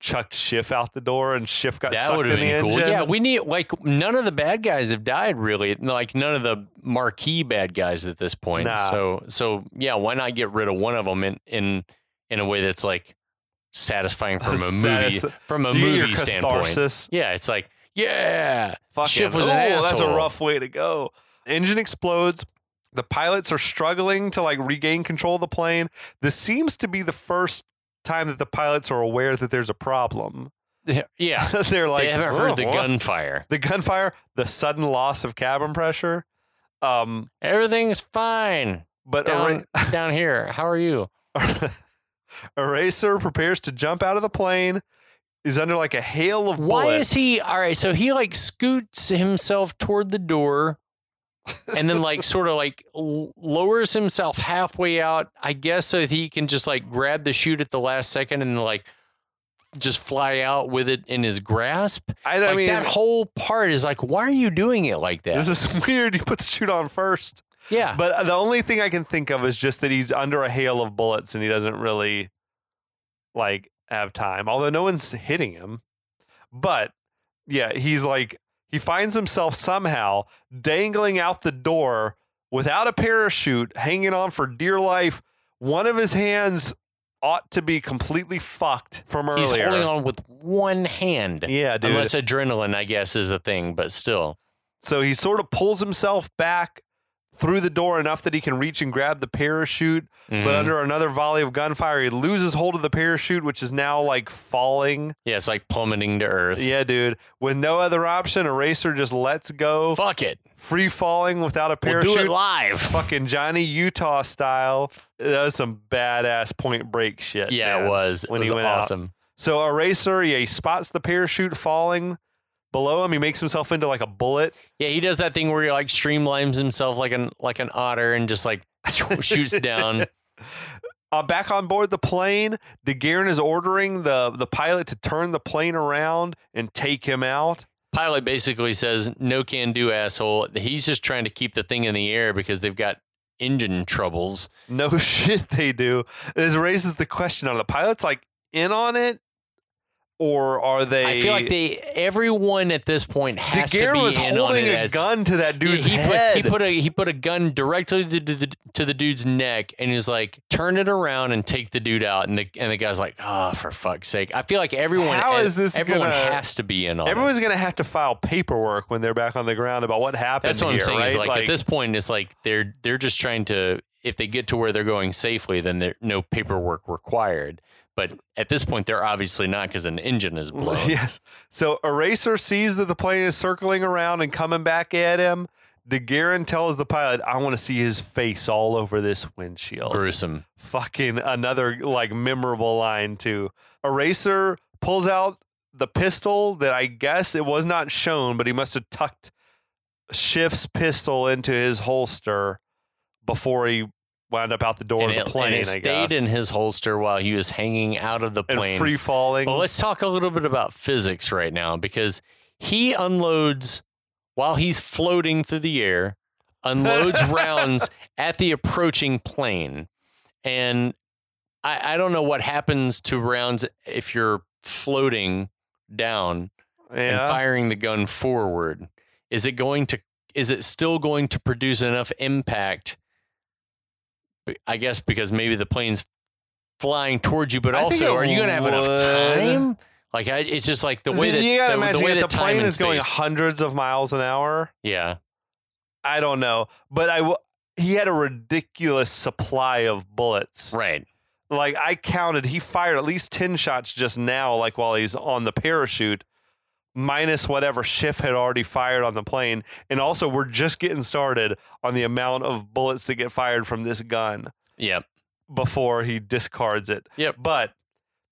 Speaker 1: chucked Schiff out the door and Schiff got
Speaker 2: that
Speaker 1: sucked
Speaker 2: would
Speaker 1: in
Speaker 2: have
Speaker 1: the
Speaker 2: been cool.
Speaker 1: engine.
Speaker 2: Yeah, we need like none of the bad guys have died really, like none of the marquee bad guys at this point.
Speaker 1: Nah.
Speaker 2: So so yeah, why not get rid of one of them and and in a way that's like satisfying from a
Speaker 1: Satis-
Speaker 2: movie from a
Speaker 1: You get your
Speaker 2: movie standpoint.
Speaker 1: catharsis.
Speaker 2: Yeah, it's like yeah,
Speaker 1: Fuck
Speaker 2: Shiv
Speaker 1: him.
Speaker 2: was an
Speaker 1: Ooh, That's a
Speaker 2: asshole.
Speaker 1: rough way to go. Engine explodes. The pilots are struggling to like regain control of the plane. This seems to be the first time that the pilots are aware that there's a problem.
Speaker 2: yeah.
Speaker 1: They're like,
Speaker 2: they haven't
Speaker 1: "Oh,
Speaker 2: heard the
Speaker 1: what?"
Speaker 2: gunfire.
Speaker 1: the gunfire, the sudden loss of cabin pressure. Um,
Speaker 2: Everything's fine
Speaker 1: but
Speaker 2: down down here. How are you?
Speaker 1: Era- Eraser prepares to jump out of the plane. Is under like a hail of
Speaker 2: Why
Speaker 1: bullets.
Speaker 2: is he all right? So he like scoots himself toward the door, and then like sort of like l- lowers himself halfway out, I guess, so that he can just like grab the chute at the last second and like just fly out with it in his grasp.
Speaker 1: I,
Speaker 2: Like
Speaker 1: I mean,
Speaker 2: that whole part is like, why are you doing it like that?
Speaker 1: this is weird. He puts the chute on first.
Speaker 2: yeah,
Speaker 1: But the only thing I can think of is just that he's under a hail of bullets and he doesn't really like have time. Although no one's hitting him. But yeah, he's like he finds himself somehow dangling out the door without a parachute, hanging on for dear life. One of his hands ought to be completely fucked from earlier.
Speaker 2: he's holding on with one hand.
Speaker 1: Yeah, dude.
Speaker 2: Unless adrenaline, I guess, is a thing, but still.
Speaker 1: So he sort of pulls himself back through the door enough that he can reach and grab the parachute. But
Speaker 2: Mhm.
Speaker 1: under another volley of gunfire, he loses hold of the parachute, which is now like falling.
Speaker 2: yeah, it's like plummeting to earth.
Speaker 1: Yeah, dude. With no other option, Eraser just lets go,
Speaker 2: Fuck it.
Speaker 1: free falling without a
Speaker 2: We'll
Speaker 1: parachute.
Speaker 2: do it live.
Speaker 1: Fucking Johnny Utah style. That was some badass point break shit.
Speaker 2: yeah,
Speaker 1: man.
Speaker 2: it was. It
Speaker 1: when
Speaker 2: was
Speaker 1: he went out.
Speaker 2: awesome.
Speaker 1: So Eraser, yeah, he spots the parachute falling below him. He makes himself into like a bullet.
Speaker 2: Yeah, he does that thing where he like streamlines himself like an like an otter and just like shoots down.
Speaker 1: Uh, back on board the plane, DeGuerin is ordering the, the pilot to turn the plane around and take him out.
Speaker 2: Pilot basically says, "No can do, asshole." He's just trying to keep the thing in the air because they've got engine troubles.
Speaker 1: No shit, they do. This raises the question: Are the pilots like in on it, or are they?
Speaker 2: I feel like they everyone at this point has to
Speaker 1: Daguerre
Speaker 2: be
Speaker 1: was
Speaker 2: in on
Speaker 1: holding
Speaker 2: it
Speaker 1: a
Speaker 2: as-
Speaker 1: gun to that dude's
Speaker 2: he, he
Speaker 1: head.
Speaker 2: Put, he put a he put a gun directly to the, the- to the dude's neck and he's like, "Turn it around and take the dude out." And the and the guy's like, "Ah, for fuck's sake!" I feel like everyone
Speaker 1: How
Speaker 2: has-
Speaker 1: is this
Speaker 2: everyone
Speaker 1: gonna-
Speaker 2: has to be in on it.
Speaker 1: Everyone's gonna have to file paperwork when they're back on the ground about what happened.
Speaker 2: That's what I'm
Speaker 1: here,
Speaker 2: saying.
Speaker 1: Right?
Speaker 2: Is like, at this point, it's like they're they're just trying to. If they get to where they're going safely, then there no paperwork required. But at this point, they're obviously not because an engine is blown.
Speaker 1: yes. So Eraser sees that the plane is circling around and coming back at him. DeGuerin tells the pilot, "I want to see his face all over this windshield."
Speaker 2: Gruesome.
Speaker 1: fucking another like memorable line too. Eraser pulls out the pistol that I guess it was not shown, but he must have tucked Schiff's pistol into his holster before he wound up out the door
Speaker 2: And
Speaker 1: of
Speaker 2: it,
Speaker 1: the plane.
Speaker 2: and it
Speaker 1: I
Speaker 2: stayed
Speaker 1: guess.
Speaker 2: in his holster while he was hanging out of the
Speaker 1: And
Speaker 2: plane.
Speaker 1: free falling.
Speaker 2: Well, let's talk a little bit about physics right now because he unloads while he's floating through the air, unloads rounds at the approaching plane. And I, I don't know what happens to rounds if you're floating down
Speaker 1: yeah.
Speaker 2: and firing the gun forward. Is it going to is it still going to produce enough impact? B- I guess because maybe the plane's flying towards you, but
Speaker 1: I think
Speaker 2: also
Speaker 1: it
Speaker 2: are you going to have enough
Speaker 1: would.
Speaker 2: time? Like I, it's just like the way
Speaker 1: Then
Speaker 2: that
Speaker 1: you gotta
Speaker 2: the,
Speaker 1: imagine
Speaker 2: the way
Speaker 1: if
Speaker 2: that
Speaker 1: the
Speaker 2: time
Speaker 1: plane
Speaker 2: and
Speaker 1: is going
Speaker 2: space-
Speaker 1: hundreds of miles an hour.
Speaker 2: yeah,
Speaker 1: I don't know, but I w- he had a ridiculous supply of bullets.
Speaker 2: right.
Speaker 1: like I counted, he fired at least 10 shots just now, like while he's on the parachute, minus whatever Schiff had already fired on the plane. And also, we're just getting started on the amount of bullets that get fired from this gun
Speaker 2: Yep.
Speaker 1: before he discards it.
Speaker 2: Yep.
Speaker 1: But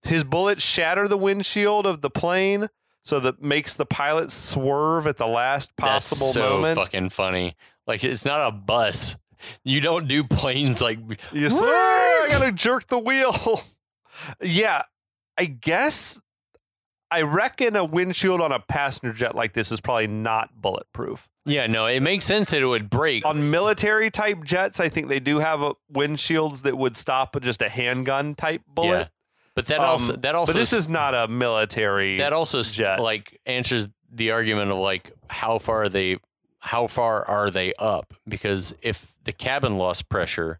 Speaker 1: his bullets shatter the windshield of the plane. So that makes the pilot swerve at the last possible
Speaker 2: That's so
Speaker 1: moment.
Speaker 2: fucking funny. Like it's not a bus. You don't do planes like
Speaker 1: You swear I gotta jerk the wheel. yeah, I guess I reckon a windshield on a passenger jet like this is probably not bulletproof.
Speaker 2: yeah. No, it makes sense that it would break.
Speaker 1: On military type jets, I think they do have uh windshields that would stop just a handgun type
Speaker 2: yeah,
Speaker 1: bullet.
Speaker 2: but that
Speaker 1: Um,
Speaker 2: also that also
Speaker 1: but this is not a military.
Speaker 2: that also st-
Speaker 1: jet.
Speaker 2: like answers the argument of like how far are they how far are they up because if the cabin lost pressure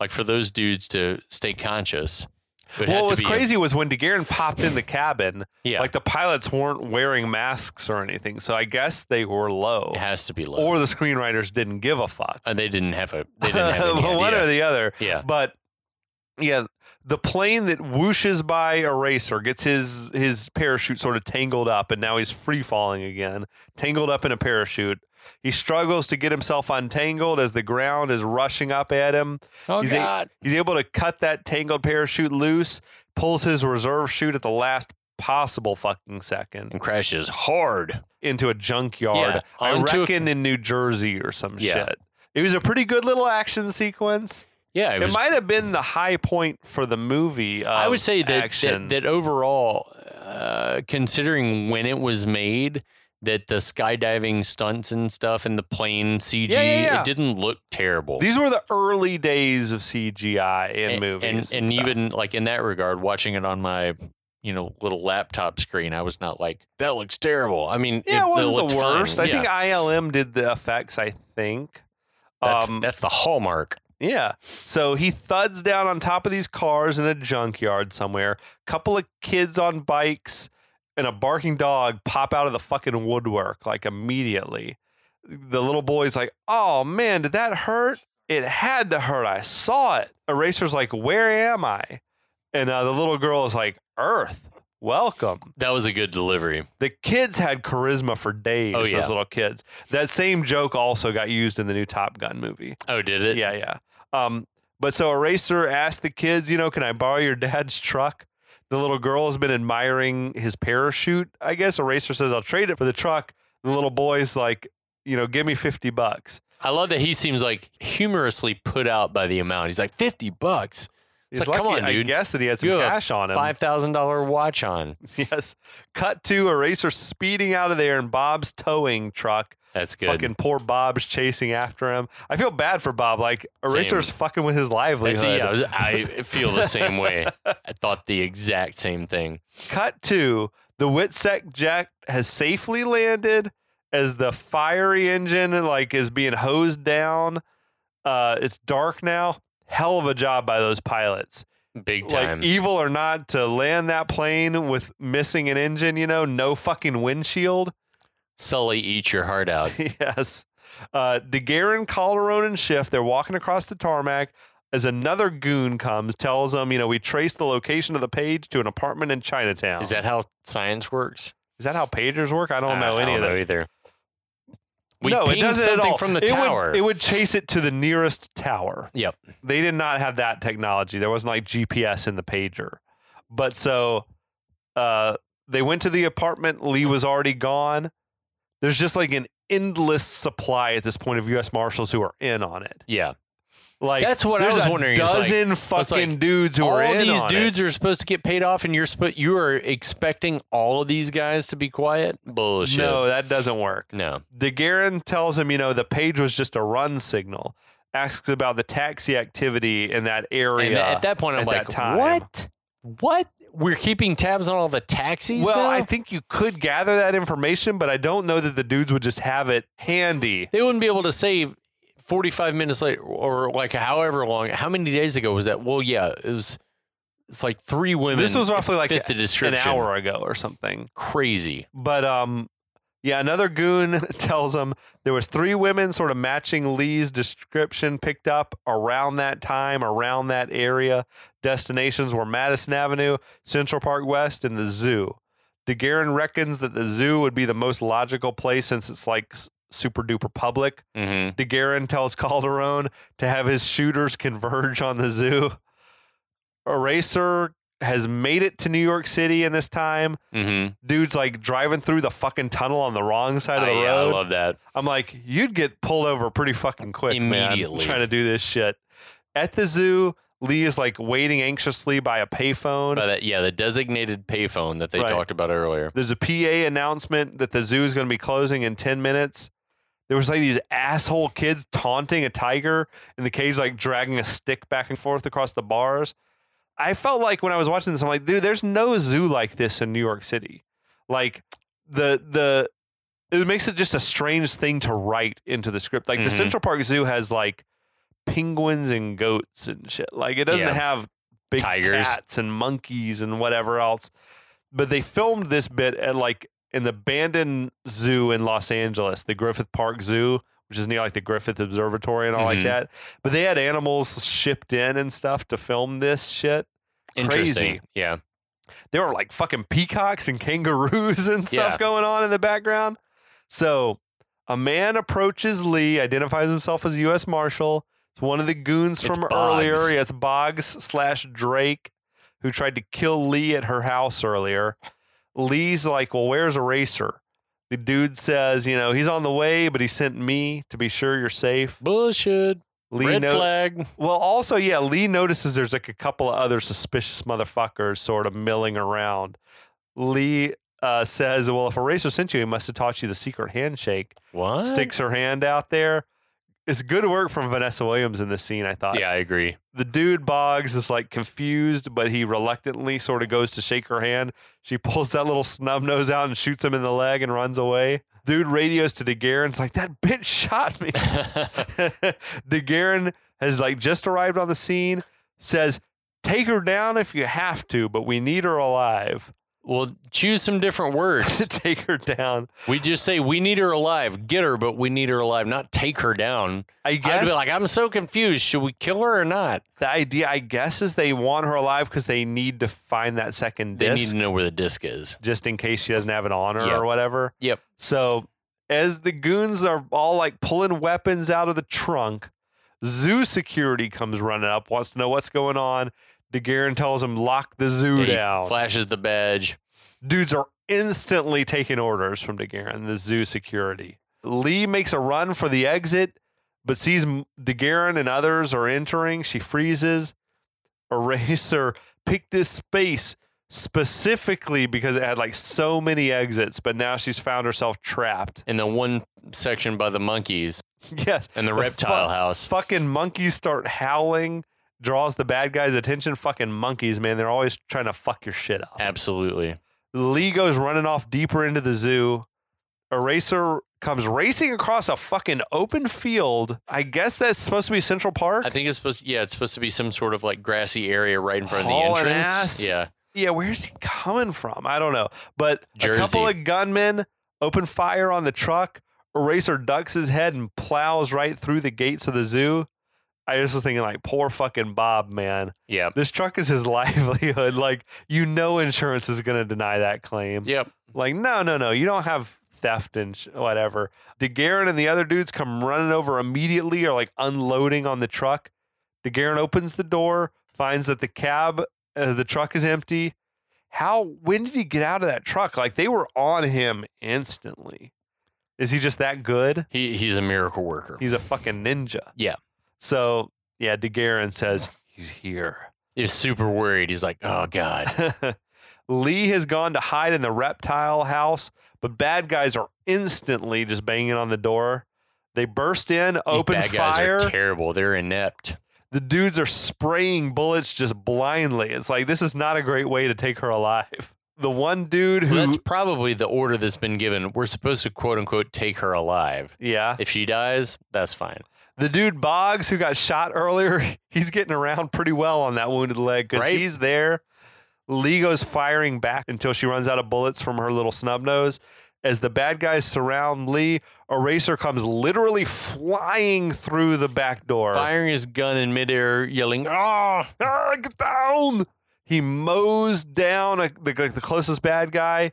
Speaker 2: like for those dudes to stay conscious It had
Speaker 1: well,
Speaker 2: to
Speaker 1: what was
Speaker 2: be a-
Speaker 1: crazy was when DeGarren popped in the cabin,
Speaker 2: yeah,
Speaker 1: like the pilots weren't wearing masks or anything. So I guess they were low.
Speaker 2: it has to be low.
Speaker 1: Or the screenwriters didn't give a fuck.
Speaker 2: Uh, they didn't have a. They didn't have any
Speaker 1: one
Speaker 2: idea.
Speaker 1: or the other.
Speaker 2: Yeah.
Speaker 1: But yeah, the plane that whooshes by Eraser gets his his parachute sort of tangled up, and now he's free falling again, tangled up in a parachute. He struggles to get himself untangled as the ground is rushing up at him.
Speaker 2: Oh
Speaker 1: He's a-
Speaker 2: God.
Speaker 1: He's able to cut that tangled parachute loose, pulls his reserve chute at the last possible fucking second
Speaker 2: and crashes hard.
Speaker 1: into a junkyard.
Speaker 2: Yeah,
Speaker 1: I
Speaker 2: onto a-
Speaker 1: reckon in New Jersey or some
Speaker 2: Yeah.
Speaker 1: shit. It was a pretty good little action sequence.
Speaker 2: Yeah, it
Speaker 1: It,
Speaker 2: was.
Speaker 1: might have been the high point for the movie.
Speaker 2: I
Speaker 1: of
Speaker 2: would say that
Speaker 1: action.
Speaker 2: that, that overall, uh, considering when it was made, that the skydiving stunts and stuff and the plane CG,
Speaker 1: Yeah, yeah, yeah.
Speaker 2: it didn't look terrible.
Speaker 1: these were the early days of CGI in
Speaker 2: A-
Speaker 1: movies,
Speaker 2: and, and
Speaker 1: stuff.
Speaker 2: even like in that regard, watching it on my you know little laptop screen, I was not like that looks terrible. I mean,
Speaker 1: yeah, it wasn't
Speaker 2: looked
Speaker 1: the
Speaker 2: fine.
Speaker 1: worst. I think
Speaker 2: Yeah.
Speaker 1: ILM did the effects. I think.
Speaker 2: that's,
Speaker 1: um,
Speaker 2: that's the hallmark.
Speaker 1: yeah. So he thuds down on top of these cars in a junkyard somewhere. Couple of kids on bikes and a barking dog pop out of the fucking woodwork like immediately. The little boy's like, "Oh man, did that hurt? It had to hurt. I saw it." Eraser's like, "Where am I?" And uh, the little girl is like, "Earth, welcome."
Speaker 2: That was a good delivery.
Speaker 1: The kids had charisma for days.
Speaker 2: Oh, yeah.
Speaker 1: Those little kids. That same joke also got used in the new Top Gun movie.
Speaker 2: Oh, did it?
Speaker 1: Yeah, yeah. Um, but so Eraser asked the kids, you know, can I borrow your dad's truck? The little girl has been admiring his parachute. I guess Eraser says, I'll trade it for the truck. The little boy's like, you know, give me 50 bucks.
Speaker 2: I love that he seems like humorously put out by the amount. He's like fifty bucks. It's
Speaker 1: He's
Speaker 2: like, come
Speaker 1: lucky,
Speaker 2: on,
Speaker 1: I
Speaker 2: dude.
Speaker 1: guess that he had some
Speaker 2: You have
Speaker 1: cash on him.
Speaker 2: Five thousand dollar watch on.
Speaker 1: Yes. Cut to Eraser speeding out of there in Bob's towing truck.
Speaker 2: That's good.
Speaker 1: Fucking poor Bob's chasing after him. I feel bad for Bob. Like, Eraser's
Speaker 2: Same.
Speaker 1: fucking with his livelihood.
Speaker 2: That's- yeah, I, was- I feel the same way. I thought the exact same thing.
Speaker 1: Cut to the Witsec jet has safely landed as the fiery engine like is being hosed down. Uh, it's dark now. Hell of a job by those pilots.
Speaker 2: Big time.
Speaker 1: Like e- evil or not to land that plane with missing an engine, you know, no fucking windshield.
Speaker 2: Sully, eat your heart out.
Speaker 1: yes. Uh, DeGarren, Calderon, and Schiff, they're walking across the tarmac as another goon comes, tells them, you know, we traced the location of the page to an apartment in Chinatown.
Speaker 2: Is that how science works?
Speaker 1: Is that how pagers work? I don't know any
Speaker 2: I
Speaker 1: of
Speaker 2: don't
Speaker 1: that.
Speaker 2: know either. We
Speaker 1: no, it
Speaker 2: pinged
Speaker 1: doesn't
Speaker 2: something
Speaker 1: at all.
Speaker 2: from the
Speaker 1: it
Speaker 2: tower.
Speaker 1: Would, it would chase it to the nearest tower.
Speaker 2: Yep.
Speaker 1: They did not have that technology. There wasn't like GPS in the pager. But so uh, they went to the apartment. Lee was already gone. There's just like an endless supply at this point of U.S. Marshals who are in on it.
Speaker 2: yeah.
Speaker 1: Like
Speaker 2: That's what I
Speaker 1: there's
Speaker 2: was
Speaker 1: a
Speaker 2: wondering. It's like-
Speaker 1: Dozen fucking dudes who
Speaker 2: all
Speaker 1: are in
Speaker 2: these
Speaker 1: on
Speaker 2: dudes are supposed to get paid off, and you're sp- you are expecting all of these guys to be quiet.
Speaker 1: It.
Speaker 2: Bullshit.
Speaker 1: No, that doesn't work.
Speaker 2: no.
Speaker 1: DeGarren tells him, you know, the page was just a run signal. Asks about the taxi activity in that area.
Speaker 2: And at that point, I'm
Speaker 1: at
Speaker 2: like,
Speaker 1: that time.
Speaker 2: what? What? We're keeping tabs on all the taxis.
Speaker 1: well,
Speaker 2: now?
Speaker 1: I think you could gather that information, but I don't know that the dudes would just have it handy.
Speaker 2: they wouldn't be able to save 45 minutes later or like however long how many days ago was that well yeah it was it's like three women
Speaker 1: This was roughly like
Speaker 2: fit the
Speaker 1: a- an
Speaker 2: description
Speaker 1: hour ago or something.
Speaker 2: crazy
Speaker 1: But um, yeah, another goon tells him there was three women sort of matching Lee's description picked up around that time, around that area. Destinations were Madison Avenue, Central Park West, and the zoo. DeGarren reckons that the zoo would be the most logical place since it's like s- super duper public.
Speaker 2: mm-hmm.
Speaker 1: DeGarren tells Calderon to have his shooters converge on the zoo. Eraser has made it to New York City in this time.
Speaker 2: Mm-hmm.
Speaker 1: Dude's like driving through the fucking tunnel on the wrong side of the
Speaker 2: yeah, I
Speaker 1: road.
Speaker 2: love that
Speaker 1: I'm like, you'd get pulled over pretty fucking quick,
Speaker 2: Immediately.
Speaker 1: man. Trying to do this shit at the zoo. Lee is like waiting anxiously by a payphone.
Speaker 2: but uh, yeah the designated payphone that they
Speaker 1: Right.
Speaker 2: talked about earlier
Speaker 1: There's a PA announcement that the zoo is going to be closing in 10 minutes. There was like these asshole kids taunting a tiger in the cage, like dragging a stick back and forth across the bars. I felt like when I was watching this, I'm like, dude, there's no zoo like this in New York City. Like the the it makes it just a strange thing to write into the script. Like the
Speaker 2: Mhm.
Speaker 1: Central Park Zoo has like penguins and goats and shit. Like it doesn't
Speaker 2: Yeah.
Speaker 1: have big
Speaker 2: Tigers.
Speaker 1: cats and monkeys and whatever else. But they filmed this bit at like an abandoned zoo in Los Angeles, the Griffith Park Zoo, which is near like the Griffith Observatory and all
Speaker 2: Mhm.
Speaker 1: like that. But they had animals shipped in and stuff to film this shit.
Speaker 2: Interesting.
Speaker 1: Crazy.
Speaker 2: Yeah.
Speaker 1: There were like fucking peacocks and kangaroos and stuff
Speaker 2: Yeah.
Speaker 1: going on in the background. So a man approaches Lee, identifies himself as a U.S. Marshal. It's one of the goons
Speaker 2: It's
Speaker 1: from
Speaker 2: Boggs.
Speaker 1: earlier. Yeah, It's Boggs slash Drake, who tried to kill Lee at her house earlier. Lee's like, Well, where's Eraser? The dude says, You know, he's on the way, but he sent me to be sure you're safe.
Speaker 2: Bullshit.
Speaker 1: Lee
Speaker 2: Red
Speaker 1: no-
Speaker 2: flag.
Speaker 1: well, also, yeah, Lee notices there's like a couple of other suspicious motherfuckers sort of milling around. Lee uh, says, Well, if Eraser sent you, he must have taught you the secret handshake.
Speaker 2: What?
Speaker 1: Sticks her hand out there. It's good work from Vanessa Williams in this scene, I thought.
Speaker 2: Yeah, I agree.
Speaker 1: The dude Boggs is like confused, but he reluctantly sort of goes to shake her hand. She pulls that little snub nose out and shoots him in the leg and runs away. Dude radios to DeGuerin's like, That bitch shot me. DeGuerin has like just arrived on the scene, says, Take her down if you have to, but we need her alive.
Speaker 2: well, choose some different words.
Speaker 1: Take her down.
Speaker 2: we just say we need her alive. Get her, but we need her alive, not take her down.
Speaker 1: I
Speaker 2: I'd
Speaker 1: guess
Speaker 2: be like, I'm so confused. Should we kill her or not?
Speaker 1: the idea, I guess, is they want her alive because they need to find that second
Speaker 2: They need
Speaker 1: disc
Speaker 2: to know where the disc is.
Speaker 1: just in case she doesn't have it on her
Speaker 2: Yep.
Speaker 1: or whatever.
Speaker 2: Yep.
Speaker 1: So as the goons are all like pulling weapons out of the trunk, zoo security comes running up, wants to know what's going on. DeGuerin tells him, lock the zoo
Speaker 2: Yeah, he
Speaker 1: down.
Speaker 2: Flashes the badge.
Speaker 1: dudes are instantly taking orders from DeGuerin, the zoo security. Lee makes a run for the exit, but sees M- DeGuerin and others are entering. She freezes. Eraser picked this space specifically because it had like so many exits, but now she's found herself trapped.
Speaker 2: And the one section by the monkeys
Speaker 1: Yes.
Speaker 2: and the,
Speaker 1: fu-
Speaker 2: reptile house.
Speaker 1: Fucking monkeys start howling, draws the bad guy's attention. Fucking monkeys, man. They're always trying to fuck your shit up.
Speaker 2: Absolutely.
Speaker 1: Lee goes running off deeper into the zoo. Eraser comes racing across a fucking open field. I guess that's supposed to be Central Park.
Speaker 2: I think it's supposed. yeah, it's supposed to be some sort of like grassy area right in front of the
Speaker 1: Hauling
Speaker 2: entrance.
Speaker 1: ass.
Speaker 2: Yeah,
Speaker 1: yeah, where's he coming from? I don't know. But a couple
Speaker 2: Jersey.
Speaker 1: of gunmen open fire on the truck. Eraser ducks his head and plows right through the gates of the zoo. I just was thinking, like, poor fucking Bob, man.
Speaker 2: yeah,
Speaker 1: This truck is his livelihood. Like, you know, insurance is going to deny that claim.
Speaker 2: yep.
Speaker 1: Like, no, no, no, you don't have theft and sh- whatever. DeGarren and the other dudes come running over immediately, are like unloading on the truck. DeGarren opens the door, finds that the cab, uh, the truck is empty. How, when did he get out of that truck? Like, they were on him instantly. Is he just that good?
Speaker 2: He he's a miracle worker.
Speaker 1: He's a fucking ninja.
Speaker 2: Yeah.
Speaker 1: So, yeah, DeGarren says, he's here.
Speaker 2: He's super worried. He's like, oh god.
Speaker 1: Lee has gone to hide in the reptile house, but bad guys are instantly just banging on the door. They burst in, open
Speaker 2: These bad guys
Speaker 1: fire.
Speaker 2: are terrible. They're inept.
Speaker 1: the dudes are spraying bullets just blindly. It's like this is not a great way to take her alive. The one dude who,
Speaker 2: Well, that's probably the order that's been given. We're supposed to quote unquote take her alive.
Speaker 1: yeah,
Speaker 2: If she dies, that's fine.
Speaker 1: the dude Boggs who got shot earlier, he's getting around pretty well on that wounded leg because
Speaker 2: Right.
Speaker 1: he's there. Lee goes firing back until she runs out of bullets from her little snub nose. As the bad guys surround Lee, Eraser comes literally flying through the back door.
Speaker 2: Firing his gun in midair, yelling, "Ah!"
Speaker 1: Ah, get down! He mows down a, the, like the closest bad guy.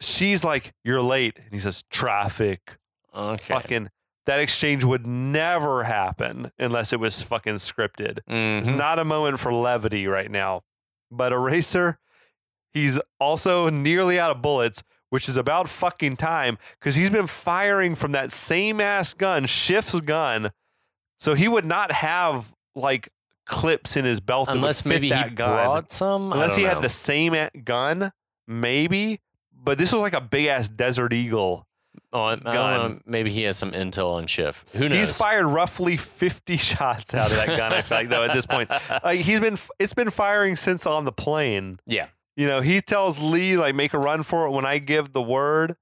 Speaker 1: She's like, "You're late," and he says, "Traffic."
Speaker 2: Okay.
Speaker 1: Fucking that exchange would never happen unless it was fucking scripted.
Speaker 2: Mhm.
Speaker 1: It's not a moment for levity right now. But Eraser, he's also nearly out of bullets, which is about fucking time because he's been firing from that same ass gun, Schiff's gun. So he would not have like clips in his belt that would
Speaker 2: Unless
Speaker 1: fit
Speaker 2: maybe he
Speaker 1: that gun.
Speaker 2: brought some. I
Speaker 1: Unless
Speaker 2: don't
Speaker 1: he
Speaker 2: know.
Speaker 1: had the same a- gun, maybe. But this was like a big ass Desert Eagle.
Speaker 2: Oh, I, I don't
Speaker 1: gun.
Speaker 2: know. Maybe he has some intel on Schiff. Who knows?
Speaker 1: He's fired roughly 50 shots out of that gun, I feel like, though, at this point. Like he's been, it's been firing since on the plane.
Speaker 2: Yeah.
Speaker 1: you know, he tells Lee like make a run for it when I give the word.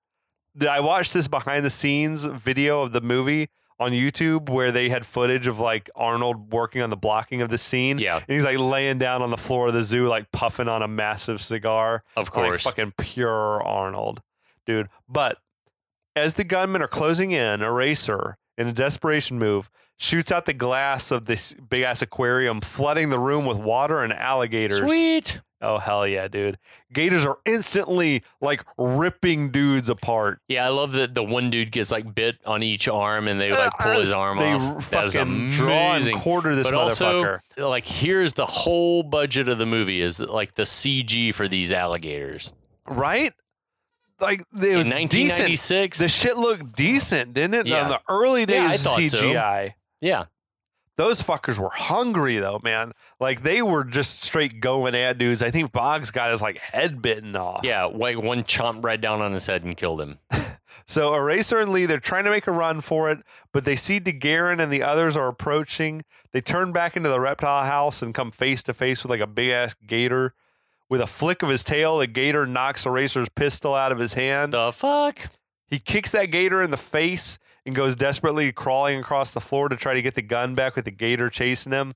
Speaker 1: Did I watched this behind the scenes video of the movie? on YouTube where they had footage of like Arnold working on the blocking of the scene.
Speaker 2: Yeah.
Speaker 1: And he's like laying down on the floor of the zoo, like puffing on a massive cigar.
Speaker 2: Of
Speaker 1: Like,
Speaker 2: course.
Speaker 1: fucking pure Arnold, dude. But as the gunmen are closing in, Eraser, in a desperation move, shoots out the glass of this big ass aquarium, flooding the room with water and alligators.
Speaker 2: Sweet.
Speaker 1: Oh, hell yeah, dude. Gators are instantly like ripping dudes apart.
Speaker 2: Yeah, I love that the one dude gets like bit on each arm and they like pull his arm
Speaker 1: They
Speaker 2: off. That is
Speaker 1: fucking draw and
Speaker 2: amazing.
Speaker 1: quarter this
Speaker 2: but
Speaker 1: motherfucker.
Speaker 2: also, like, here's the whole budget of the movie is like the CG for these alligators.
Speaker 1: right? Like, it was
Speaker 2: In
Speaker 1: decent.
Speaker 2: 1996.
Speaker 1: The shit looked decent, didn't it?
Speaker 2: Yeah.
Speaker 1: On the early days
Speaker 2: Yeah, I
Speaker 1: of
Speaker 2: thought so.
Speaker 1: CGI.
Speaker 2: yeah,
Speaker 1: those fuckers were hungry though, man. Like they were just straight going at dudes. I think Boggs got his like head bitten off.
Speaker 2: yeah. Like one chomp right down on his head and killed him.
Speaker 1: So Eraser and Lee, they're trying to make a run for it, but they see DeGarren and the others are approaching. They turn back into the reptile house and come face to face with like a big ass gator. With a flick of his tail, the gator knocks Eraser's pistol out of his hand.
Speaker 2: The fuck?
Speaker 1: He kicks that gator in the face and goes desperately crawling across the floor to try to get the gun back with the gator chasing him.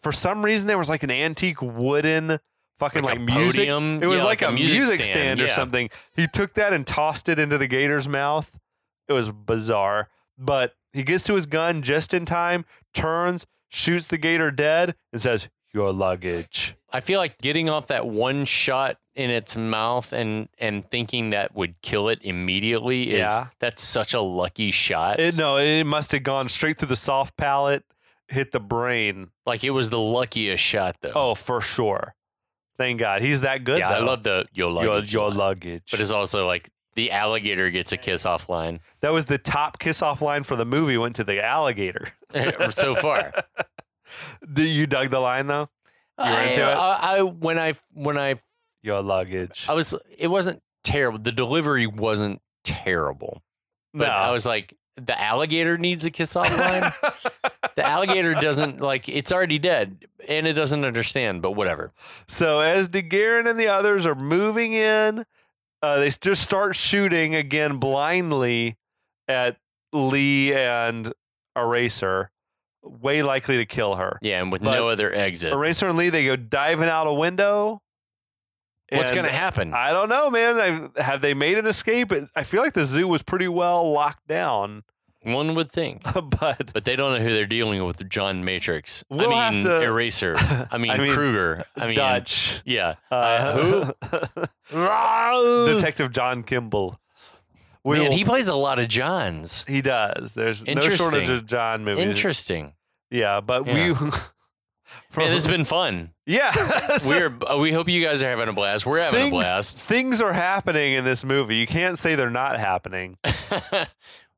Speaker 1: For some reason, there was like an antique wooden fucking
Speaker 2: Like
Speaker 1: like,
Speaker 2: a
Speaker 1: music.
Speaker 2: podium?
Speaker 1: It was
Speaker 2: Yeah,
Speaker 1: like, a music, stand, or
Speaker 2: yeah.
Speaker 1: something. He took that and tossed it into the gator's mouth. It was bizarre, but he gets to his gun just in time, turns, shoots the gator dead, and says, "Your luggage."
Speaker 2: I feel like getting off that one shot in its mouth and and thinking that would kill it immediately is
Speaker 1: Yeah.
Speaker 2: that's such a lucky shot.
Speaker 1: It, no, it must have gone straight through the soft palate, hit the brain.
Speaker 2: like it was the luckiest shot though.
Speaker 1: Oh, for sure. Thank God. He's that good.
Speaker 2: yeah, I
Speaker 1: though.
Speaker 2: love the
Speaker 1: your,
Speaker 2: your luggage.
Speaker 1: your
Speaker 2: line.
Speaker 1: luggage.
Speaker 2: But it's also like the alligator gets a kiss offline
Speaker 1: that was the top kiss off line for the movie. Went to the alligator.
Speaker 2: so far.
Speaker 1: Do you dug the line though? You were
Speaker 2: I,
Speaker 1: into it?
Speaker 2: I, I when I when I
Speaker 1: Your luggage.
Speaker 2: I was it wasn't terrible. The delivery wasn't terrible.
Speaker 1: no,
Speaker 2: But I was like, the alligator needs a kiss offline. the alligator doesn't like it's already dead and it doesn't understand, but whatever.
Speaker 1: So as DeGarren and the others are moving in, uh, they just start shooting again blindly at Lee and Eraser, way likely to kill her.
Speaker 2: Yeah, and with
Speaker 1: But-
Speaker 2: no other exit.
Speaker 1: Eraser and Lee, they go diving out a window.
Speaker 2: What's
Speaker 1: and-
Speaker 2: gonna happen?
Speaker 1: I don't know, man. I, have they made an escape? It- I feel like the zoo was pretty well locked down,
Speaker 2: One would think.
Speaker 1: but
Speaker 2: But they don't know who they're dealing with. John Matrix.
Speaker 1: We'll
Speaker 2: I
Speaker 1: have
Speaker 2: mean,
Speaker 1: to-
Speaker 2: Eraser. I mean,
Speaker 1: I mean,
Speaker 2: Kruger. I mean,
Speaker 1: Dutch.
Speaker 2: Yeah. Uh, who?
Speaker 1: Detective John Kimball. We
Speaker 2: Man,
Speaker 1: will-
Speaker 2: he plays a lot of Johns.
Speaker 1: he does. There's no shortage
Speaker 2: Interesting.
Speaker 1: of John movies.
Speaker 2: Interesting.
Speaker 1: yeah, but we.
Speaker 2: Yeah.
Speaker 1: from,
Speaker 2: Man, this has been fun.
Speaker 1: yeah, so
Speaker 2: We're. uh, We hope you guys are having a blast. We're having a
Speaker 1: Things-
Speaker 2: blast.
Speaker 1: things are happening in this movie. You can't say they're not happening.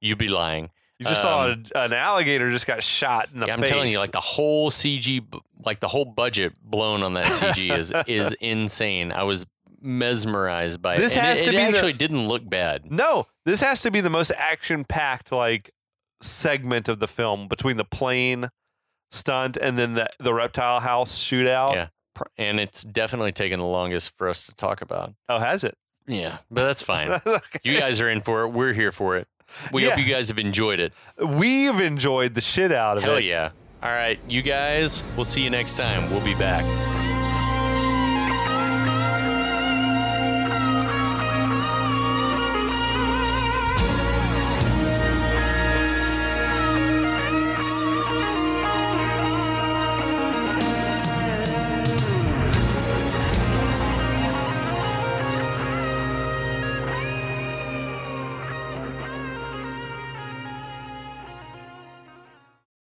Speaker 2: You'd be lying.
Speaker 1: You just saw a, an alligator just got shot in the
Speaker 2: Um, Yeah, I'm
Speaker 1: face.
Speaker 2: telling you, like the whole CG, b- like the whole budget blown on that CG is is insane. I was mesmerized by
Speaker 1: This
Speaker 2: it. And
Speaker 1: has
Speaker 2: it,
Speaker 1: to
Speaker 2: it
Speaker 1: be the-
Speaker 2: actually didn't look bad.
Speaker 1: No, this has to be the most action packed like segment of the film between the plane stunt and then the, the reptile house shootout.
Speaker 2: Yeah. Pr- And it's definitely taken the longest for us to talk about.
Speaker 1: Oh, has it?
Speaker 2: Yeah, but that's fine.
Speaker 1: Okay.
Speaker 2: you guys are in for it. We're here for it. We hope
Speaker 1: Yeah.
Speaker 2: you guys have enjoyed it.
Speaker 1: We've enjoyed the shit out of
Speaker 2: Hell
Speaker 1: it.
Speaker 2: yeah. All right, you guys, we'll see you next time. We'll be back.